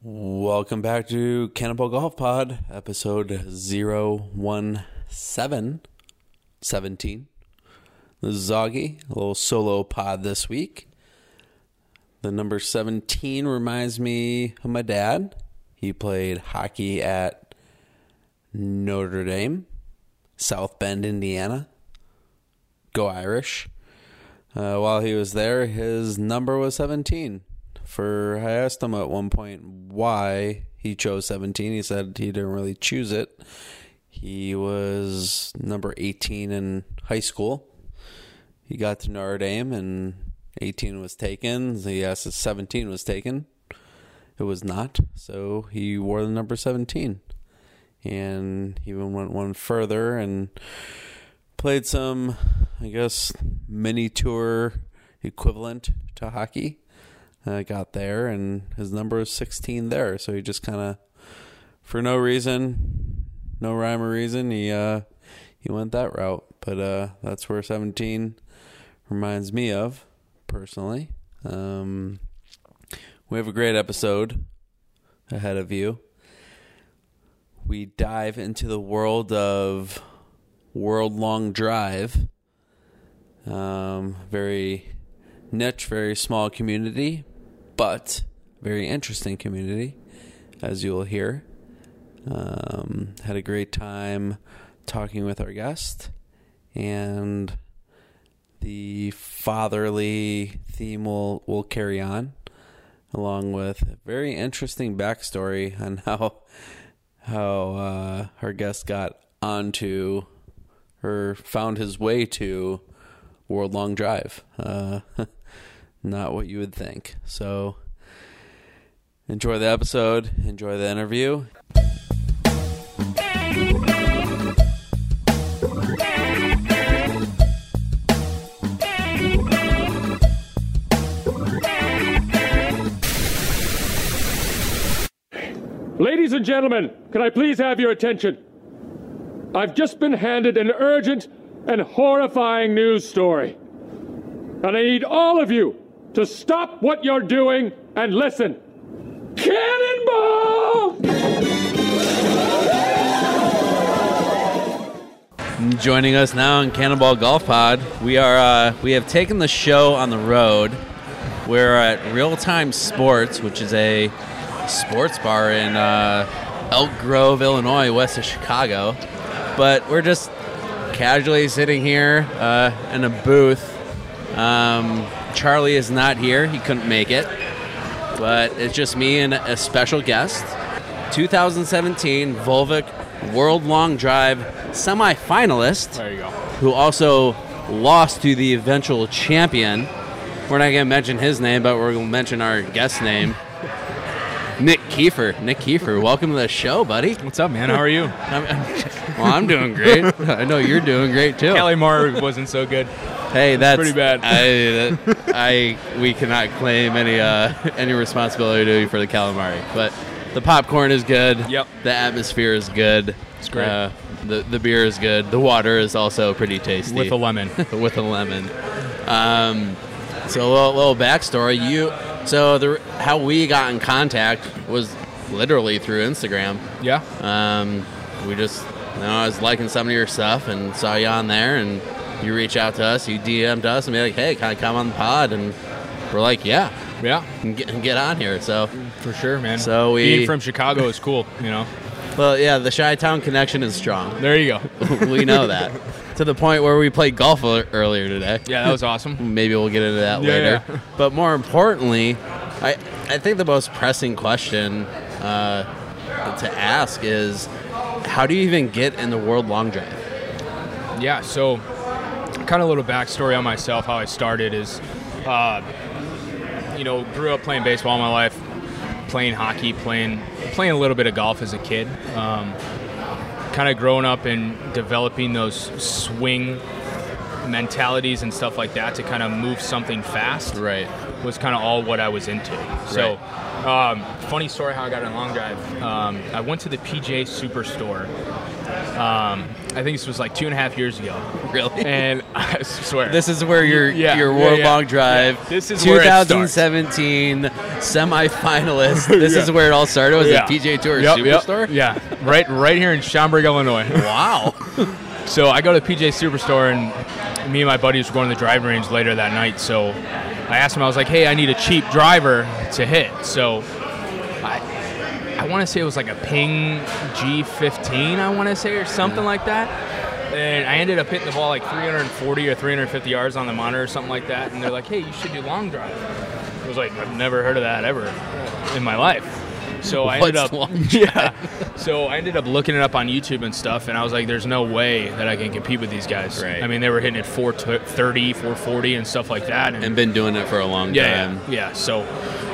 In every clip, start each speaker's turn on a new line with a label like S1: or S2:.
S1: Welcome back to Cannonball Golf Pod, episode 017. 17. This is Zoggy, a little solo pod this week. The number 17 reminds me of my dad. He played hockey at Notre Dame, South Bend, Indiana. Go Irish. Uh, while he was there, his number was 17. For I asked him at one point why he chose 17. He said he didn't really choose it. He was number 18 in high school. He got to Notre Dame and 18 was taken. He asked if 17 was taken. It was not. So he wore the number 17. And he even went one further and played some, I guess, mini tour equivalent to hockey. Uh, got there, and his number is 16 there. So he just kind of, for no reason, no rhyme or reason, he uh, he went that route. But uh, that's where 17 reminds me of, personally. Um, we have a great episode ahead of you. We dive into the world of world long drive. Um, very niche, very small community, but very interesting community, as you'll hear. Um, had a great time talking with our guest, and the fatherly theme will, will carry on, along with a very interesting backstory on how how uh, her guest got onto or found his way to World Long Drive. Uh, not what you would think. So enjoy the episode, enjoy the interview.
S2: Ladies and gentlemen, can I please have your attention? I've just been handed an urgent and horrifying news story. And I need all of you to stop what you're doing and listen. Cannonball!
S1: Joining us now on Cannonball Golf Pod, we are uh, we have taken the show on the road. We're at Real Time Sports, which is a sports bar in uh, Elk Grove, Illinois, west of Chicago. But we're just casually sitting here uh, in a booth. Um, Charlie is not here; he couldn't make it. But it's just me and a special guest. 2017 Volvic World Long Drive semifinalist. There you go. Who also lost to the eventual champion. We're not going to mention his name, but we're going to mention our guest name. Nick Kiefer. Nick Kiefer, welcome to the show, buddy.
S3: What's up, man? How are you?
S1: I'm, well, I'm doing great. I know you're doing great too.
S3: Kelly Moore wasn't so good.
S1: Hey, that's
S3: pretty bad.
S1: I, that- I we cannot claim any uh, any responsibility for the calamari, but the popcorn is good.
S3: Yep.
S1: The atmosphere is good. It's
S3: great.
S1: Uh, the the beer is good. The water is also pretty tasty
S3: With a lemon.
S1: with a lemon. Um, so a little, little backstory. You so the how we got in contact was literally through Instagram.
S3: Yeah.
S1: Um, we just, you know, I was liking some of your stuff and saw you on there, and you reach out to us, you DM'd us, and be like, hey, can I come on the pod? And we're like, yeah,
S3: Yeah.
S1: and get, and get on here. So,
S3: For sure, man.
S1: So we-
S3: being from Chicago is cool, you know.
S1: well, yeah, the Chi Town connection is strong.
S3: There you go.
S1: we know that to the point where we played golf ear- earlier today.
S3: Yeah, that was awesome.
S1: Maybe we'll get into that
S3: Yeah,
S1: later.
S3: yeah.
S1: But more importantly, I I think the most pressing question uh, to ask is, how do you even get in the world long drive?
S3: Yeah, so kind of a little backstory on myself, how I started is uh, you know, grew up playing baseball all my life, playing hockey, playing playing a little bit of golf as a kid. Um, kind of growing up and developing those swing mentalities and stuff like that to kind of move something fast.
S1: Right.
S3: was kind of all what I was into. So, um, funny story how I got on long drive. Um, I went to the PJ Superstore um, I think this was like two and a half years ago,
S4: Really?
S3: and I swear
S4: This is where your
S3: Yeah,
S4: your
S3: yeah,
S4: war
S3: yeah.
S4: bong drive.
S3: Yeah, this is where it starts.
S4: 2017 semifinalist. This is where it all started. Was
S3: Yeah.
S4: it PJ Tour
S3: Yep, yep,
S4: Superstore?
S3: yeah, right, right here in Schaumburg, Illinois.
S4: Wow.
S3: So I go to PJ Superstore, and me and my buddies were going to the driving range later that night. So I asked him, I was like, "Hey, I need a cheap driver to hit." So I, I want to say it was like a Ping G15, I want to say, or
S4: Mm.
S3: something like that. And I ended up hitting the ball like 340 or 350 yards on the monitor, or something like that. And they're like, "Hey, you should do long drive." I was like, "I've never heard of that ever in my life." So I ended
S4: What's
S3: up
S4: long
S3: yeah. So I ended up looking it up on YouTube and stuff, and I was like, "There's no way that I can compete with these guys."
S4: Right.
S3: I mean, they were hitting at 430, 440, and stuff like that. And,
S4: and been doing it for a long
S3: yeah,
S4: time.
S3: yeah, yeah. So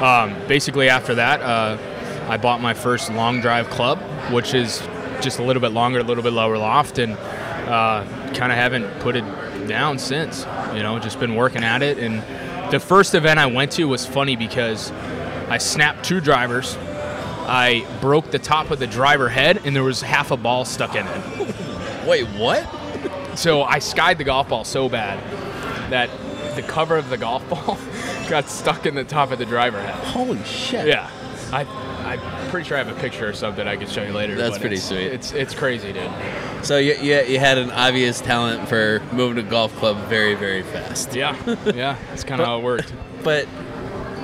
S3: um, basically, after that, uh, I bought my first long drive club, which is just a little bit longer, a little bit lower loft, and uh, kind of haven't put it down since. You know, just been working at it. And the first event I went to was funny because I snapped two drivers. I broke the top of the driver head, and there was half a ball stuck in it.
S4: Wait, what?
S3: So I skied the golf ball so bad that the cover of the golf ball got stuck in the top of the driver head.
S4: Holy shit.
S3: Yeah, I, I'm pretty sure I have a picture or something I could show you later.
S4: That's
S3: but
S4: pretty
S3: it's-
S4: sweet.
S3: It's it's crazy, dude.
S4: So you, you, you had an obvious talent for moving to golf club very, very fast.
S3: Yeah, yeah. That's kind of how it worked.
S4: but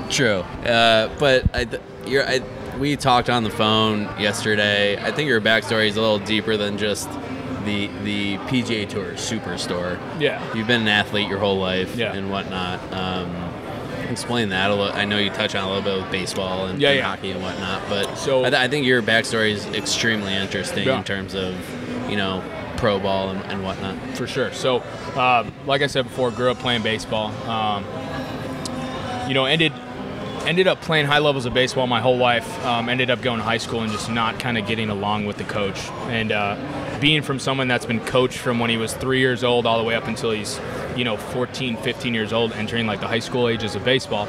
S4: true. Uh, but I, th- you're, I, we talked on the phone yesterday. I think your backstory is a little deeper than just the the PGA Tour Superstore.
S3: Yeah.
S4: you've been an athlete your whole life
S3: Yeah.
S4: and whatnot. Um, explain that a little. I know you touch on it a little bit with baseball and,
S3: Yeah,
S4: and
S3: yeah.
S4: hockey and whatnot, but
S3: So-
S4: I, th- I think your backstory is extremely interesting
S3: Yeah.
S4: in terms of you know pro ball and, and whatnot.
S3: for sure. So, uh, like I said before, grew up playing baseball. Um, you know, ended ended up playing high levels of baseball my whole life. Um, ended up going to high school and just not kind of getting along with the coach. And uh, being from someone that's been coached from when he was three years old all the way up until he's you know 14, 15 years old, entering like the high school ages of baseball,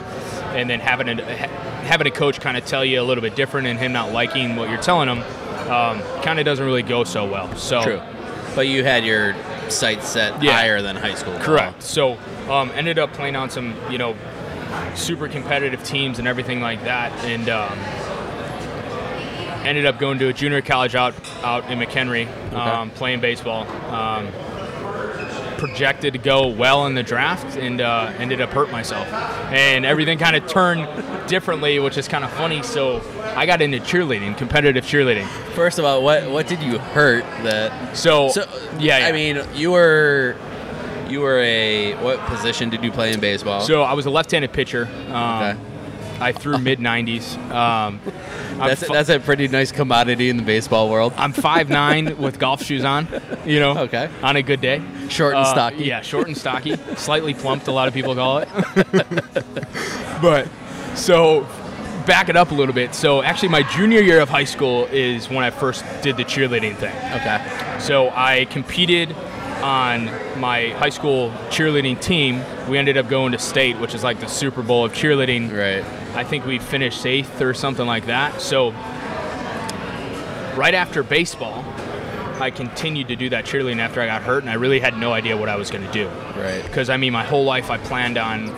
S3: and then having a ha- having a coach kind of tell you a little bit different and him not liking what you're telling him. Um, kind of doesn't really go so well. So
S4: True, Oh, but you had your sights set
S3: Yeah.
S4: higher than high school. ball.
S3: Correct. So um, ended up playing on some, you know, super competitive teams and everything like that, and um, ended up going to a junior college out out in McHenry, um, playing baseball. Um, projected to go well in the draft and uh, ended up hurt myself and everything kind of turned differently which is kind of funny so i got into cheerleading competitive cheerleading
S4: First of all, what what did you hurt that?
S3: so,
S4: So
S3: yeah, yeah
S4: I mean, you were you were a what position did you play in baseball?
S3: so i was a left-handed pitcher um,
S4: Okay.
S3: I threw mid 90s. Um, I'm,
S4: that's
S3: fi-
S4: that's a pretty nice commodity in the baseball world.
S3: I'm 5'9 with golf shoes on, you know,
S4: Okay.
S3: on a good day.
S4: Short and stocky.
S3: uh, Yeah, short and stocky. slightly plumped, a lot of people call it. but so back it up a little bit. So actually, my junior year of high school is when I first did the cheerleading thing.
S4: Okay.
S3: So I competed on my high school cheerleading team. We ended up going to state, which is like the Super Bowl of cheerleading.
S4: Right.
S3: I think we finished eighth or something like that. So, right after baseball, I continued to do that cheerleading after I got hurt, and I really had no idea what I was going to do.
S4: Right.
S3: Because, I mean, my whole life I planned on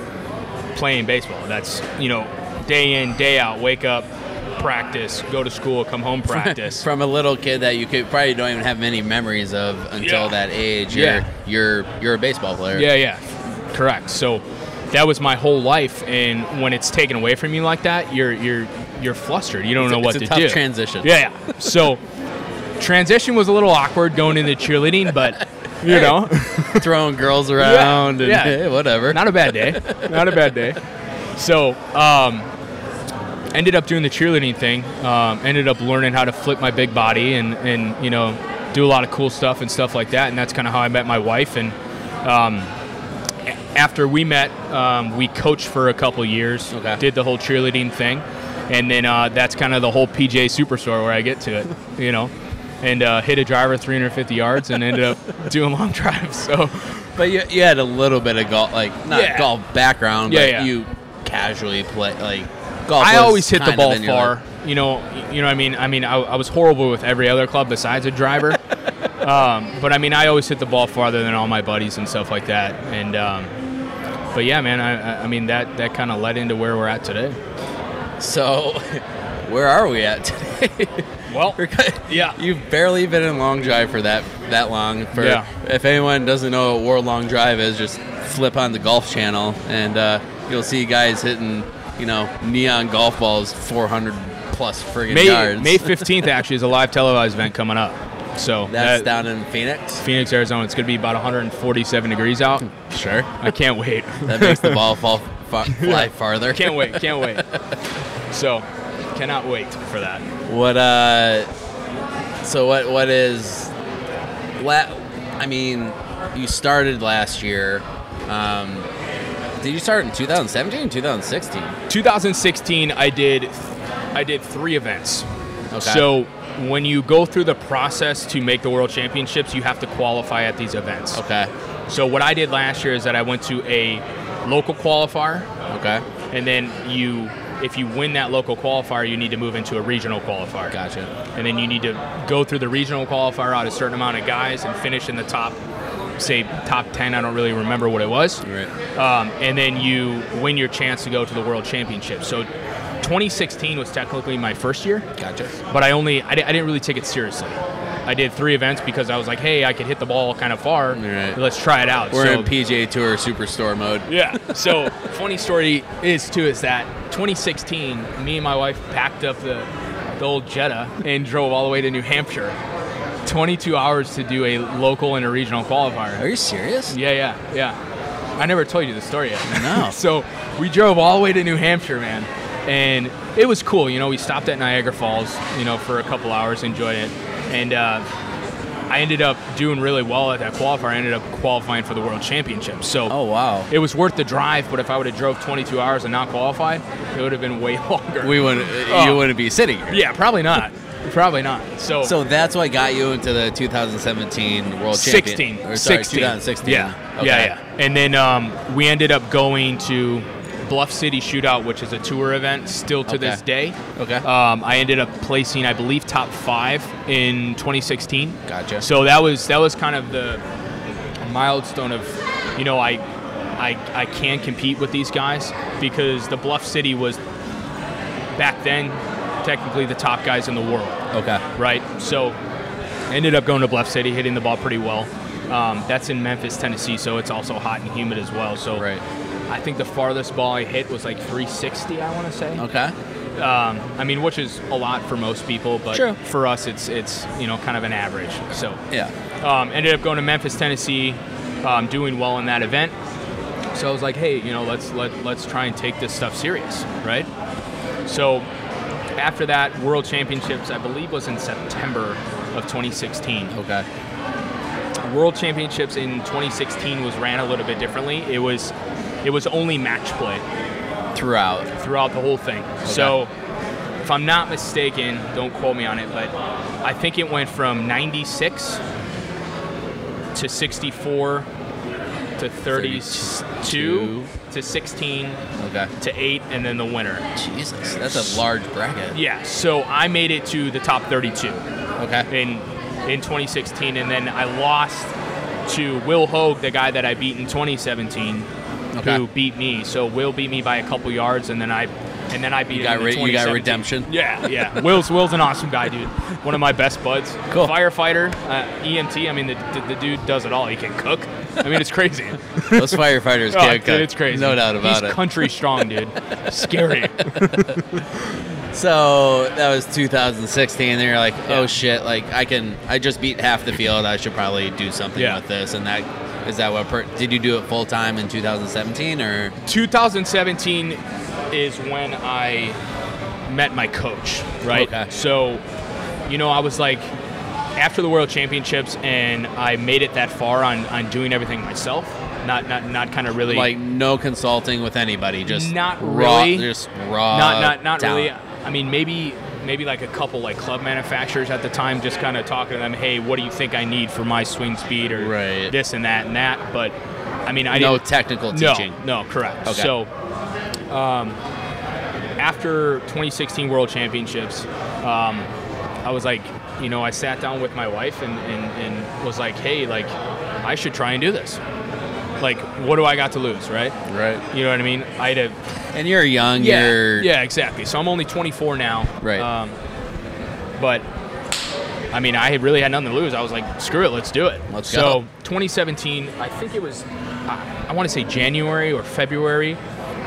S3: playing baseball. That's, you know, day in, day out, wake up, practice, go to school, come home, practice.
S4: From a little kid that you could probably don't even have many memories of until
S3: Yeah.
S4: that age. You're,
S3: Yeah.
S4: you're you're a baseball player.
S3: Yeah, yeah, correct. So that was my whole life, and when it's taken away from you like that, you're you're you're flustered. You don't know
S4: a-
S3: what
S4: it's
S3: to
S4: a tough
S3: do.
S4: transition.
S3: Yeah, yeah. So transition was a little awkward going into cheerleading, but you know,
S4: Throwing girls around and
S3: yeah.
S4: eh, whatever.
S3: not a bad day. Not a bad day. So, um, ended up doing the cheerleading thing. Um, ended up learning how to flip my big body and and you know do a lot of cool stuff and stuff like that. And that's kind of how I met my wife. And um, a- after we met, um, we coached for a couple years.
S4: Okay.
S3: Did the whole cheerleading thing, and then uh, that's kind of the whole PJ Superstore where I get to it. You know. And uh, hit a driver 350 yards and ended up doing long drives. So
S4: but you, you had a little bit of golf, like not
S3: Yeah.
S4: golf background,
S3: Yeah,
S4: but
S3: yeah.
S4: you casually play like golf.
S3: I
S4: was
S3: always hit the
S4: kind of
S3: ball
S4: in your
S3: far.
S4: life.
S3: You know, you know. What I mean, I mean, I, I was horrible with every other club besides a driver. Um, but I mean, I always hit the ball farther than all my buddies and stuff like that. And um, but yeah, man, I, I- I mean that that kind of led into where we're at today.
S4: So, where are we at today?
S3: Well,
S4: We're kind-
S3: Yeah.
S4: You've barely been in Long Drive for that that long. For,
S3: Yeah.
S4: If anyone doesn't know what World Long Drive is, just flip on the Golf Channel and uh, you'll see guys hitting, you know, neon golf balls 400 plus friggin'
S3: May
S4: yards.
S3: May fifteenth actually is a live televised event coming up. So
S4: That's
S3: that-
S4: down in Phoenix.
S3: Phoenix, Arizona. It's going to be about 147 degrees out.
S4: Sure.
S3: I can't wait.
S4: That makes the ball fall fa- fly farther.
S3: can't wait. Can't wait. So, cannot wait for that.
S4: What uh so what what is la- I mean, you started last year. Um did you start in 2017 2016?
S3: 2016, I did, I did three events.
S4: Okay.
S3: So when you go through the process to make the world championships, you have to qualify at these events.
S4: Okay.
S3: So what I did last year is that I went to a local qualifier,
S4: Okay.
S3: and then you, if you win that local qualifier, you need to move into a regional qualifier.
S4: Gotcha.
S3: and then you need to go through the regional qualifier out a certain amount of guys and finish in the top say top 10 i don't really remember what it was
S4: Right.
S3: um, and then you win your chance to go to the world championship so 2016 was technically my first year
S4: Gotcha.
S3: but i only I, di- I didn't really take it seriously i did three events because i was like hey i could hit the ball kind of far
S4: Right.
S3: let's try it out
S4: We're
S3: so
S4: in PJ Tour Superstore mode.
S3: yeah. So funny story is too is that 2016, me and my wife packed up the, the old Jetta and drove all the way to New Hampshire, 22 hours to do a local and a regional qualifier.
S4: Are you serious?
S3: Yeah, yeah, yeah. I never told you the story yet.
S4: No.
S3: so we drove all the way to New Hampshire, man, and it was cool. You know, we stopped at Niagara Falls, you know, for a couple hours, enjoyed it, and. Uh, I ended up doing really well at that qualifier. I ended up qualifying for the world championship. So,
S4: Oh wow.
S3: it was worth the drive, but if I would have drove 22 hours and not qualified, it would have been way longer.
S4: We wouldn't uh, you
S3: Oh.
S4: wouldn't be sitting here.
S3: yeah, probably not. probably not. So,
S4: So that's what got you into the 2017 World
S3: 16,
S4: Champion. Or, sorry,
S3: 16.
S4: 2016.
S3: Yeah,
S4: Okay.
S3: yeah, yeah. And then um, we ended up going to Bluff City Shootout, which is a tour event still to
S4: Okay.
S3: this day.
S4: Okay.
S3: Um, I ended up placing, I believe, top five in 2016.
S4: Gotcha.
S3: So that was that was kind of the milestone of, you know, I, I, I can compete with these guys because the Bluff City was back then technically the top guys in the world
S4: Okay.
S3: right? So ended up going to Bluff City, hitting the ball pretty well. Um, that's in Memphis, Tennessee, so it's also hot and humid as well. So
S4: Right.
S3: I think the farthest ball I hit was like 360, I want to say.
S4: Okay.
S3: Um, I mean, which is a lot for most people, but
S4: True.
S3: for us, it's it's you know kind of an average. So
S4: Yeah.
S3: um, ended up going to Memphis, Tennessee, um, doing well in that event. So I was like, hey, you know, let's let let's try and take this stuff serious, right? So after that, World Championships, I believe, was in September of 2016.
S4: Okay.
S3: World Championships in 2016 was ran a little bit differently. It was it was only match play
S4: Throughout.
S3: throughout the whole thing. So, if I'm not mistaken, don't quote me on it, but I think it went from 96 to 64 to 32 to 16
S4: Okay.
S3: to 8 and then the winner.
S4: Jesus, that's a large bracket.
S3: Yeah, so I made it to the top 32
S4: Okay.
S3: in in 2016 and then I lost to Will Hogue, the guy that I beat in 2017.
S4: Okay.
S3: Who beat me? So Will beat me by a couple yards, and then I, and then I beat
S4: You
S3: him.
S4: got
S3: in
S4: re- you got
S3: 2017.
S4: redemption.
S3: Yeah, yeah. Will's Will's an awesome guy, dude. One of my best buds.
S4: Cool.
S3: Firefighter, uh, EMT. I mean, the, the, the dude does it all. He can cook. I mean, it's crazy.
S4: Those firefighters
S3: Oh,
S4: can't
S3: dude,
S4: cook.
S3: it's crazy.
S4: No doubt about
S3: He's
S4: it.
S3: country strong, dude. Scary.
S4: so that was 2016. And you're like, oh shit, like I can, I just beat half the field. I should probably do something
S3: Yeah.
S4: with this. And that is that what? Per- did you do it full time in 2017 or?
S3: 2017 is when I met my coach, right?
S4: Okay.
S3: So, you know, I was like, after the World Championships, and I made it that far on, on doing everything myself, not not not kind of really
S4: Like no consulting with anybody, just
S3: Not
S4: raw,
S3: really.
S4: just raw.
S3: not not not
S4: uh, talent.
S3: really. I mean, maybe maybe like a couple like club manufacturers at the time, just kind of talking to them. Hey, what do you think I need for my swing speed or
S4: Right.
S3: this and that and that? But I mean, I
S4: no
S3: didn't,
S4: technical
S3: no,
S4: teaching.
S3: no, correct.
S4: Okay.
S3: So, um, after 2016 World Championships, um, I was like, you know, I sat down with my wife and, and, and was like, hey, like, I should try and do this. Like, what do I got to lose, right?
S4: Right.
S3: You know what I mean? I'd have
S4: And you're young.
S3: yeah,
S4: You're,
S3: yeah, exactly. So I'm only 24 now.
S4: Right.
S3: Um, but I mean, I had really had nothing to lose. I was like, screw it, let's do it.
S4: Let's
S3: so,
S4: go.
S3: 2017, I think it was, I, I want to say January or February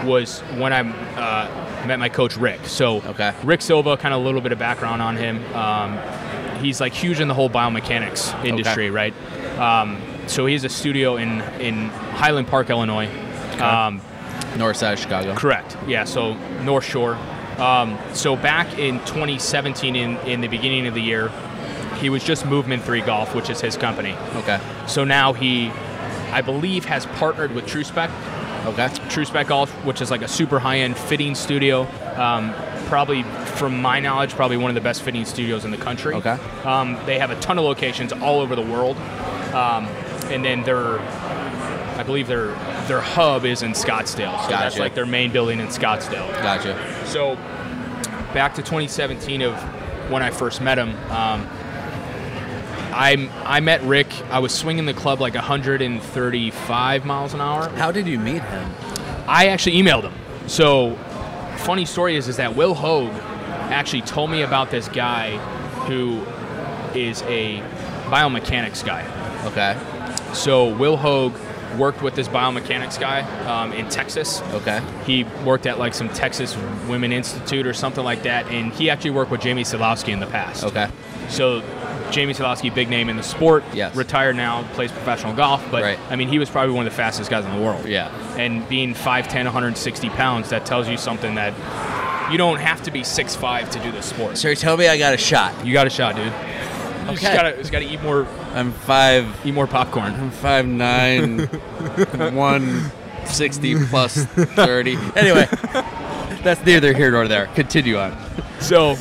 S3: was when I uh, met my coach Rick. So
S4: Okay.
S3: Rick Silva, kind of a little bit of background on him. Um, he's like huge in the whole biomechanics industry, right? Um, so he has a studio in in Highland Park, Illinois. Um,
S4: North side of Chicago.
S3: Correct. Yeah. So North Shore. Um, so back in 2017, in in the beginning of the year, he was just Movement Three Golf, which is his company.
S4: Okay.
S3: So now he, I believe, has partnered with TrueSpec,
S4: Okay.
S3: TrueSpec Golf, which is like a super high-end fitting studio. Um, probably, from my knowledge, probably one of the best fitting studios in the country.
S4: Okay.
S3: Um, they have a ton of locations all over the world, um, and then their, I believe their their hub is in Scottsdale. So that's
S4: Gotcha.
S3: like their main building in Scottsdale.
S4: Gotcha.
S3: So back to 2017 of when I first met him. Um, I I met Rick. I was swinging the club like 135 miles an hour.
S4: How did you meet him?
S3: I actually emailed him. So, funny story is is that Will Hogue actually told me about this guy who is a biomechanics guy.
S4: Okay.
S3: So Will Hogue worked with this biomechanics guy um, in Texas.
S4: Okay.
S3: He worked at like some Texas Women Institute or something like that, and he actually worked with Jamie Sadowski in the past.
S4: Okay.
S3: So Jamie Sadowski, big name in the sport,
S4: Yes.
S3: retired now, plays professional golf, but
S4: Right.
S3: I mean, he was probably one of the fastest guys in the world.
S4: Yeah.
S3: And being 5'10", 160 pounds, that tells you something that you don't have to be 6'5 to do this sport.
S4: Sir, tell me I got a shot.
S3: You got a shot, dude. You just
S4: Okay.
S3: gotta, just gotta eat more,
S4: I'm five.
S3: eat more popcorn.
S4: I'm five nine, one sixty plus thirty. Anyway, that's neither here nor there. Continue on.
S3: So,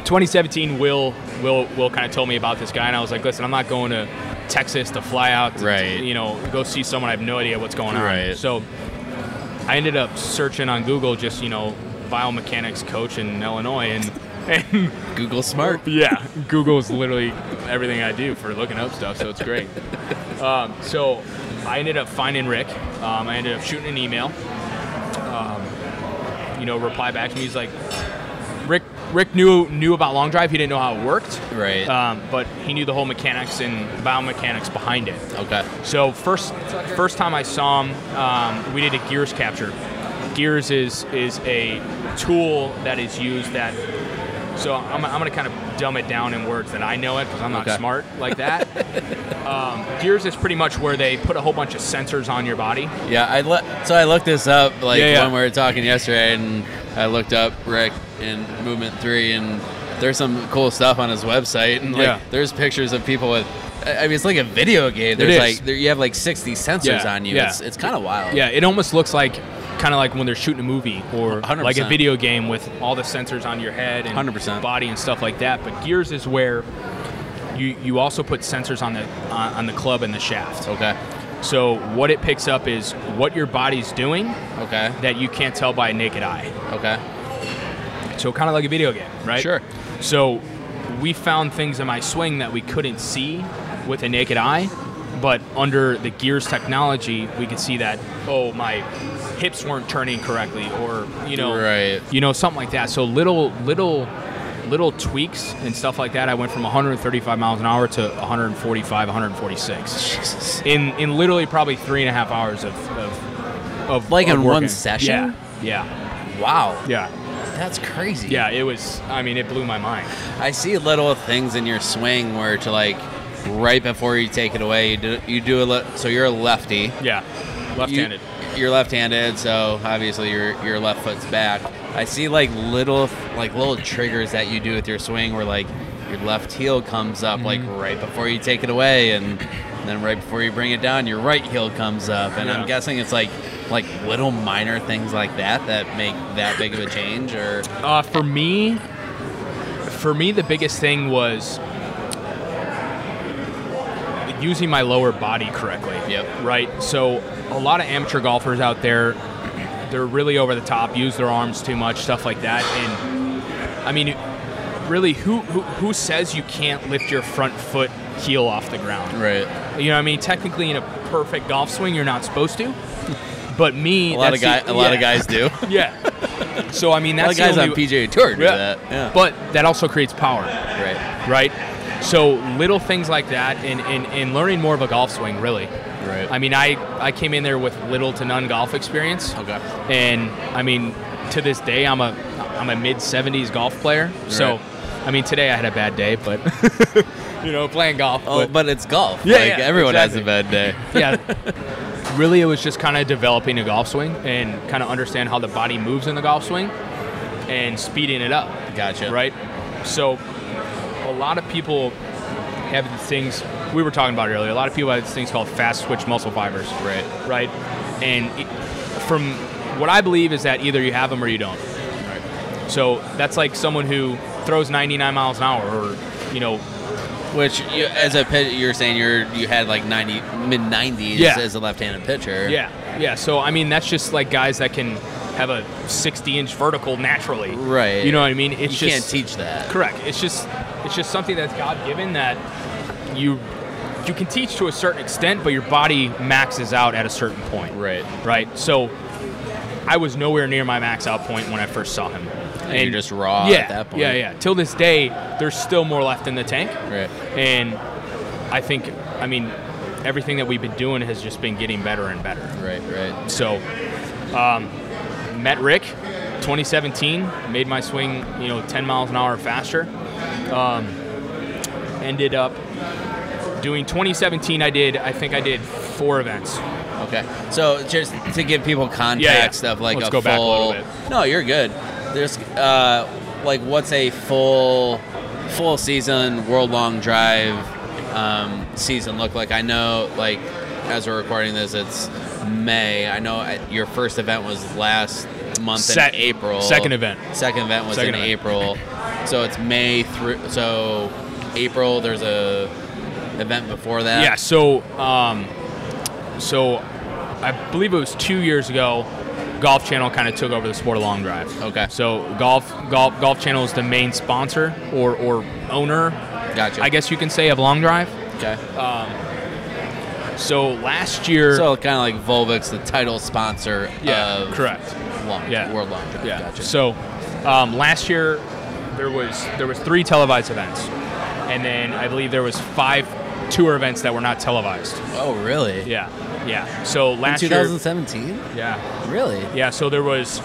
S3: 2017, Will, Will, Will kind of told me about this guy, and I was like, listen, I'm not going to Texas to fly out, to,
S4: Right.
S3: You know, go see someone. I have no idea what's going on.
S4: Right.
S3: So, I ended up searching on Google, just you know, biomechanics coach in Illinois, and and
S4: Google Smart.
S3: Yeah, Google's literally everything I do for looking up stuff, so it's great. Um, so I ended up finding Rick. Um, I ended up shooting an email. Um, you know, reply back to me. He's like, Rick. Rick knew knew about long drive. He didn't know how it worked,
S4: Right.
S3: um, but he knew the whole mechanics and biomechanics behind it.
S4: okay.
S3: So first, first time I saw him, um, we did a gears capture. Gears is is a tool that is used that. So I'm, I'm gonna kind of dumb it down in words that I know it because I'm not
S4: Okay.
S3: smart like that. um, gears is pretty much where they put a whole bunch of sensors on your body.
S4: Yeah, I lo- so I looked this up like
S3: Yeah, yeah.
S4: when we were talking yesterday, and I looked up Rick and Movement Three, and there's some cool stuff on his website, and like
S3: Yeah.
S4: there's pictures of people with. I I mean, it's like a video game. There's
S3: is.
S4: like there, you have like 60 sensors
S3: Yeah,
S4: on you.
S3: yeah.
S4: It's it's kind of wild.
S3: Yeah, it almost looks like kind of like when they're shooting a movie or
S4: 100%.
S3: like a video game with all the sensors on your head and
S4: 100%.
S3: body and stuff like that. But Gears is where you you also put sensors on the on on the club and the shaft.
S4: Okay.
S3: So what it picks up is what your body's doing
S4: Okay.
S3: that you can't tell by a naked eye.
S4: Okay.
S3: So kind of like a video game, right?
S4: Sure.
S3: So we found things in my swing that we couldn't see with a naked eye, but under the gears technology, we could see that oh my hips weren't turning correctly or you know
S4: Right.
S3: you know something like that. So little little little tweaks and stuff like that. I went from 135 miles an hour to 145, 146
S4: Jesus.
S3: in in literally probably three and a half hours of of, of
S4: Like
S3: of
S4: in one
S3: working.
S4: session?
S3: Yeah,
S4: Wow.
S3: yeah,
S4: That's crazy.
S3: yeah, yeah. It was. I mean, it blew my mind.
S4: I see little things in your swing where to like right before you take it away, you do you do a le- so you're a lefty.
S3: Yeah, left-handed.
S4: You, you're left-handed, so obviously your your left foot's back. I see like little like little triggers that you do with your swing where like your left heel comes up like
S3: Mm-hmm.
S4: right before you take it away and then right before you bring it down your right heel comes up and
S3: Yeah.
S4: I'm guessing it's like like little minor things like that that make that big of a change or
S3: uh, for me, for me, the biggest thing was using my lower body correctly.
S4: Yep.
S3: Right. So a lot of amateur golfers out there, they're really over the top, use their arms too much, stuff like that, and I mean. really who, who who says you can't lift your front foot heel off the ground?
S4: Right.
S3: You know what I mean? Technically, in a perfect golf swing, you're not supposed to. But me,
S4: A lot of guy,
S3: that's the-
S4: a lot of
S3: yeah.
S4: guys do.
S3: Yeah. So I mean,
S4: a lot of
S3: that's
S4: guys
S3: the
S4: on
S3: only,
S4: PGA Tour do
S3: Yeah.
S4: that. Yeah.
S3: But that also creates power
S4: right.
S3: right? So little things like that, and, and, and learning more of a golf swing, really.
S4: Right.
S3: I mean, I, I came in there with little to none golf experience,
S4: Okay.
S3: and I mean, to this day, I'm a I'm a mid '70s golf player. So,
S4: Right.
S3: I mean, today I had a bad day, but you know, playing golf.
S4: Oh, but,
S3: but
S4: it's golf.
S3: Yeah,
S4: Like,
S3: yeah,
S4: everyone
S3: exactly.
S4: has a bad day.
S3: yeah, really, it was just kind of developing a golf swing and kind of understand how the body moves in the golf swing, and speeding it up.
S4: Gotcha.
S3: right? So a lot of people have these things we were talking about earlier. A lot of people have these things called fast switch muscle fibers,
S4: Right.
S3: right? And it, from what I believe is that either you have them or you don't. So that's like someone who throws 99 miles an hour, or you know,
S4: Which, you, as a pitcher, you're saying you're you had like 90 mid 90s
S3: Yeah.
S4: as a left-handed pitcher.
S3: yeah, yeah. So I mean, that's just like guys that can have a 60 inch vertical naturally,
S4: Right.
S3: You know what I mean?
S4: You
S3: It's
S4: can't
S3: just
S4: teach that.
S3: Correct. It's just it's just something that's God given that you you can teach to a certain extent, but your body maxes out at a certain point.
S4: Right.
S3: Right. So I was nowhere near my max out point when I first saw him.
S4: And you're just raw
S3: yeah,
S4: at that point.
S3: Yeah, yeah. Till this day, there's still more left in the tank.
S4: Right.
S3: And I think I mean everything that we've been doing has just been getting better and better.
S4: Right. Right.
S3: So, um, met Rick, 2017, made my swing, you know, 10 miles an hour faster. Um, ended up doing 2017. I did, I think I did four events.
S4: Okay. So just to give people context
S3: Yeah, yeah.
S4: of like
S3: Let's
S4: a
S3: go
S4: full.
S3: back a little bit.
S4: No, you're good. There's uh, like what's a full, full season world long drive um, season look like? I know like as we're recording this, it's May. I know I- your first event was last month
S3: Sec-
S4: in April.
S3: second event.
S4: Second event was
S3: Second
S4: in
S3: event.
S4: April. So it's May through. So April. There's a event before that.
S3: Yeah. So, um, so I believe it was two years ago. Golf Channel kind of took over the sport of long drive.
S4: Okay.
S3: So golf, golf, golf Channel is the main sponsor or or owner,
S4: Gotcha.
S3: I guess you can say, of long drive.
S4: Okay.
S3: So last year,
S4: So kind of like Volvix, the title sponsor
S3: yeah,
S4: of
S3: correct.
S4: Long,
S3: Yeah.
S4: World Long Drive.
S3: Yeah.
S4: Gotcha.
S3: So um, last year there was there was three televised events, and then I believe there was five tour events that were not televised.
S4: oh, really?
S3: Yeah, yeah. So
S4: In
S3: last year,
S4: 2017?
S3: yeah,
S4: Really?
S3: yeah. So there was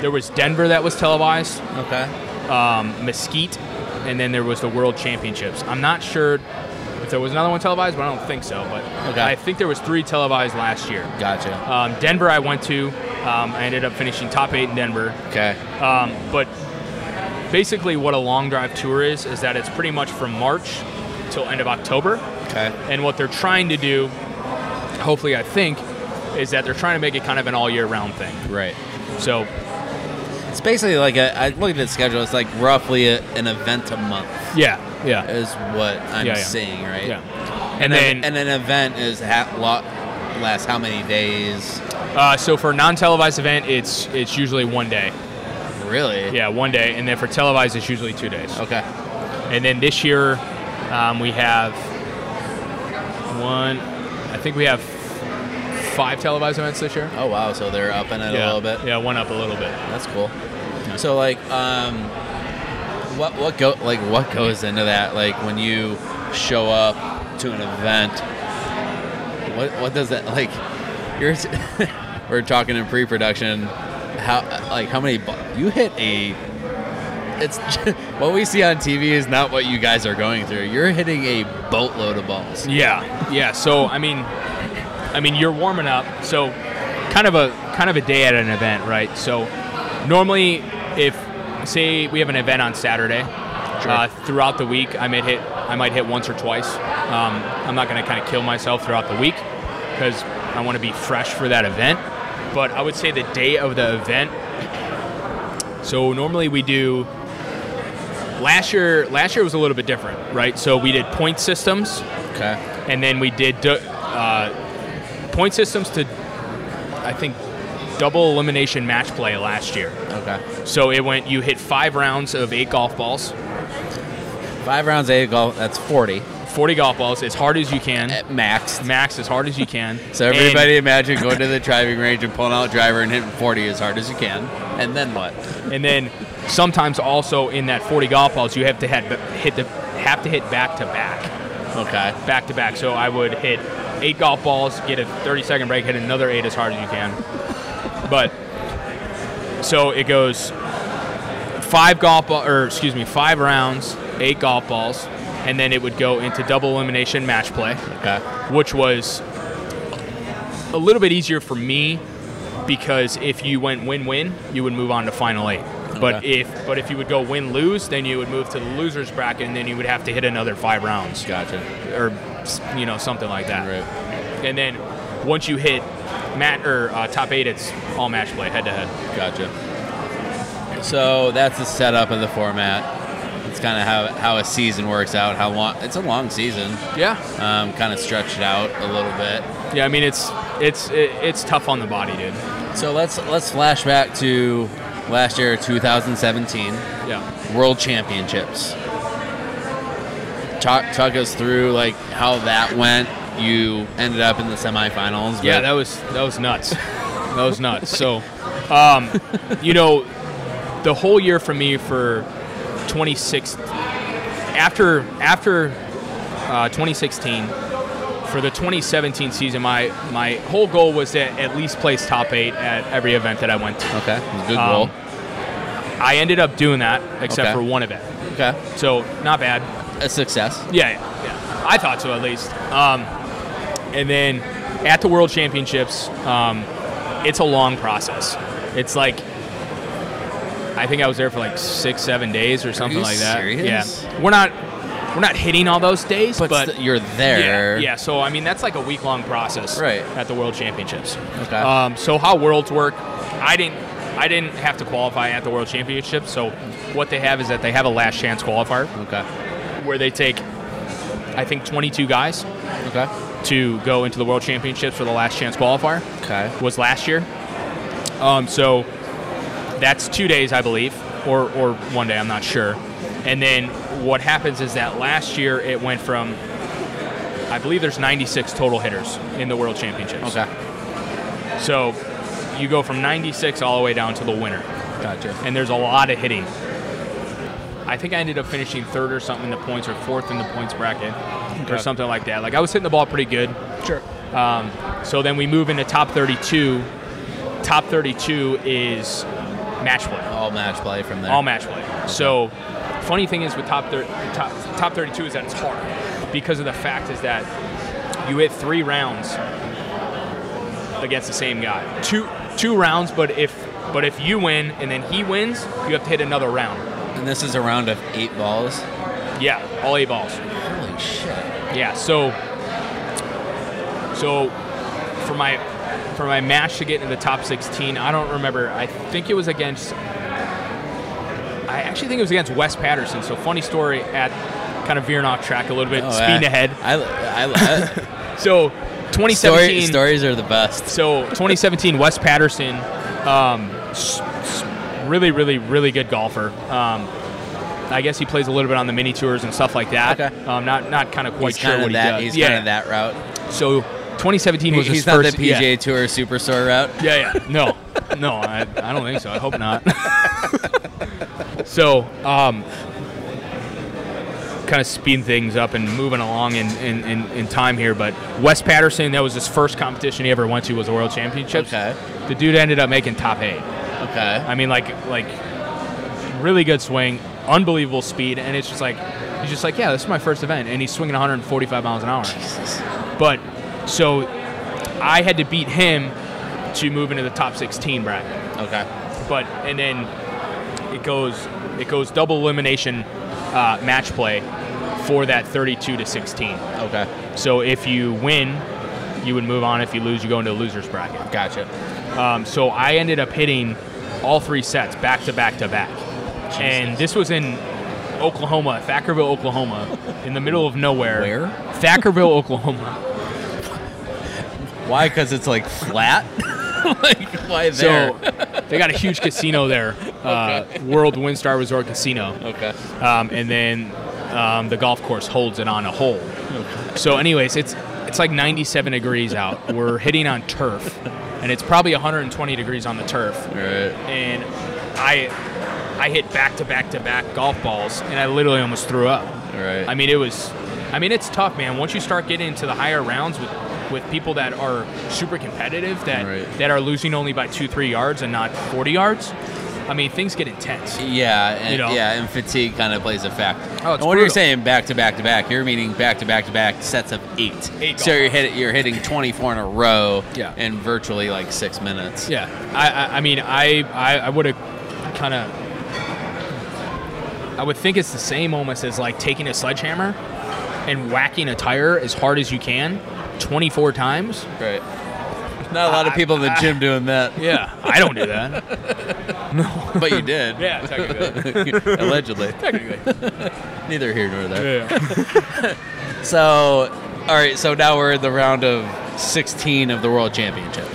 S3: there was Denver that was televised,
S4: Okay.
S3: um, Mesquite, and then there was the World Championships. I'm not sure if there was another one televised, but I don't think so. But
S4: Okay.
S3: I think there was three televised last year.
S4: Gotcha.
S3: Um, Denver, I went to. Um, I ended up finishing top eight in Denver.
S4: Okay.
S3: Um, but basically, what a long drive tour is is that it's pretty much from March till end of October.
S4: Okay.
S3: And what they're trying to do, hopefully, I think, is that they're trying to make it kind of an all year round thing.
S4: Right.
S3: So
S4: It's basically like a. I looked at the schedule. It's like roughly a, an event a month
S3: yeah, yeah,
S4: is what I'm
S3: Yeah, yeah.
S4: seeing, right?
S3: yeah.
S4: And,
S3: And then,
S4: and an event is ha- lo- lasts how many days?
S3: uh, so for a non televised event, it's it's usually one day.
S4: Really?
S3: Yeah, one day. And then for televised, it's usually two days.
S4: Okay.
S3: And then this year, um, we have one. I think we have five televised events this year.
S4: Oh wow! So they're up in it a little bit.
S3: Yeah, one up a little bit.
S4: That's cool. So like, um, what what go like what goes into that? Like when you show up to an event, what what does that like? You're we're talking in pre-production. How like how many bu- you hit a? It's what we see on TV is not what you guys are going through. You're hitting a boatload of balls.
S3: Yeah, yeah. So I mean, I mean, you're warming up. So kind of a kind of a day at an event, right? So normally, if say we have an event on Saturday, uh, throughout the week I might hit I might hit once or twice. Um, I'm not going to kind of kill myself throughout the week because I want to be fresh for that event. But I would say the day of the event. So normally we do last year last year was a little bit different right so we did point systems
S4: Okay.
S3: and then we did du- uh, point systems to I think double elimination match play last year.
S4: Okay.
S3: So it went you hit five rounds of eight golf balls,
S4: Five rounds of eight golf. That's forty
S3: 40 golf balls as hard as you can.
S4: at max.
S3: Max as hard as you can.
S4: So
S3: And-
S4: everybody imagine going to the driving range and pulling out driver and hitting 40 as hard as you can, and then what?
S3: and then sometimes also in that 40 golf balls you have to had, hit the have to hit back to back
S4: Okay.
S3: back to back so i would hit eight golf balls get a 30 second break hit another eight as hard as you can but so it goes five golf ball, or excuse me five rounds eight golf balls and then it would go into double elimination match play
S4: Okay.
S3: which was a little bit easier for me because if you went win-win, you would move on to final eight. But
S4: Okay.
S3: if but if you would go win-lose, then you would move to the losers bracket, and then you would have to hit another five rounds,
S4: Gotcha.
S3: or you know something like that.
S4: Right.
S3: And then once you hit mat or uh, top eight, it's all match play head to head.
S4: Gotcha. So that's the setup and the format. It's kind of how, how a season works out. How long? It's a long season.
S3: Yeah,
S4: Um, kind of stretched out a little bit.
S3: yeah. I mean, it's it's it, it's tough on the body, dude.
S4: So let's let's flash back to last year, 2017
S3: Yeah.
S4: World Championships. Talk talk us through like how that went. You ended up in the semifinals. but-
S3: Yeah, that was that was nuts. that was nuts. So, um, you know, the whole year for me for 26 after after uh, 2016 for the 2017 season, my my whole goal was to at least place top eight at every event that I went to.
S4: okay. It was a good
S3: Um,
S4: goal.
S3: I ended up doing that, except
S4: Okay.
S3: for one event.
S4: Okay.
S3: So not bad.
S4: A success.
S3: Yeah, yeah, yeah. I thought so at least. Um, and then at the World Championships, um, it's a long process. It's like I think I was there for like six, seven days or something
S4: you
S3: like that.
S4: serious?
S3: Yeah, we're not we're not hitting all those days,
S4: But,
S3: but,
S4: st- you're
S3: yeah,
S4: there.
S3: yeah. So I mean, that's like a week long process,
S4: Right.
S3: At the World Championships.
S4: Okay.
S3: Um, so how worlds work, I didn't. I didn't have to qualify at the World Championships. So what they have is that they have a last chance qualifier
S4: Okay.
S3: where they take, I think, 22 guys
S4: Okay.
S3: to go into the World Championships for the last chance qualifier.
S4: Okay.
S3: Was last year. Um, so that's two days, I believe, or, or one day, I'm not sure. And then what happens is that last year it went from, I believe there's 96 total hitters in the World Championships.
S4: Okay.
S3: So you go from 96 all the way down to the winner,
S4: Gotcha.
S3: and there's a lot of hitting. I think I ended up finishing third or something in the points, or fourth in the points bracket, or
S4: Okay.
S3: something like that. Like I was hitting the ball pretty good.
S4: Sure.
S3: Um, so then we move into top 32. Top 32 is match play,
S4: All match play from there.
S3: all match play. So funny thing is with top thir- top top 32 is that it's hard because of the fact is that you hit three rounds against the same guy. Two two rounds, but if but if you win and then he wins, you have to hit another round.
S4: And this is a round of eight balls.
S3: Yeah, all eight balls.
S4: Holy shit.
S3: Yeah. So, so for my for my match to get into the top 16, I don't remember. I think it was against. I actually think it was against Wes Patterson. So funny story at kind of veering off track a little bit,
S4: Oh,
S3: speeding
S4: I-
S3: ahead.
S4: I, I,
S3: So
S4: I
S3: 2017
S4: story, stories are the best.
S3: so 2017, Wes Patterson, um, s- s- really, really, really good golfer. Um, I guess he plays a little bit on the mini tours and stuff like that.
S4: Okay.
S3: Um, not not kind of quite
S4: He's
S3: sure
S4: kind
S3: what
S4: of that.
S3: he does.
S4: He's kind of that route.
S3: So 2017 was
S4: he's
S3: his
S4: not
S3: first.
S4: the PGA
S3: yeah.
S4: Tour superstore route.
S3: Yeah, yeah. No, no, I, I don't think so. I hope not. so, um, kind of speeding things up and moving along in, in, in, in time here, but Wes Patterson, that was his first competition he ever went to, was the World Championships.
S4: Okay.
S3: The dude ended up making top eight.
S4: Okay.
S3: I mean, like, like really good swing, unbelievable speed, and it's just like, he's just like, yeah, this is my first event, and he's swinging 145 miles an hour.
S4: Jesus.
S3: But so I had to beat him to move into the top 16 bracket.
S4: Okay.
S3: But and then it goes it goes double elimination uh, match play for that 32 to 16.
S4: Okay.
S3: So if you win, you would move on. If you lose, you go into the losers bracket.
S4: Gotcha.
S3: Um, so I ended up hitting all three sets back to back to back. And this was in Oklahoma, Thackerville, Oklahoma, in the middle of nowhere.
S4: Where?
S3: Thackerville, Oklahoma.
S4: Why? Because it's like flat. like why there?
S3: So they got a huge casino there, uh, World Windstar Resort Casino,
S4: okay.
S3: um, and then um, the golf course holds it on a hole. So, anyways, it's it's like 97 degrees out. We're hitting on turf, and it's probably 120 degrees on the turf
S4: Right.
S3: and I I hit back to back to back golf balls, and I literally almost threw up.
S4: Right.
S3: I mean, it was. I mean, it's tough, man. Once you start getting into the higher rounds with with people that are super competitive, that
S4: Right.
S3: that are losing only by two, three yards and not 40 yards. I mean, things get intense.
S4: Yeah, and,
S3: You know?
S4: yeah, and fatigue kind of plays a factor.
S3: Oh, it's
S4: and when you're
S3: brutal.
S4: saying back to back to back, you're meaning back to back to back sets of eight.
S3: Eight
S4: so
S3: golf
S4: you're hit, you're hitting 24 in a row
S3: Yeah.
S4: in virtually like six minutes.
S3: Yeah, I, I, I mean, I, I, I would have kind of, I would think it's the same almost as like taking a sledgehammer and whacking a tire as hard as you can, 24 times.
S4: Right. Not a lot of people in the gym doing that,
S3: Yeah, I don't do that.
S4: but you did.
S3: yeah, technically.
S4: Allegedly.
S3: technically.
S4: Neither here nor there.
S3: Yeah.
S4: So, all right, so now we're in the round of 16 of the World Championships.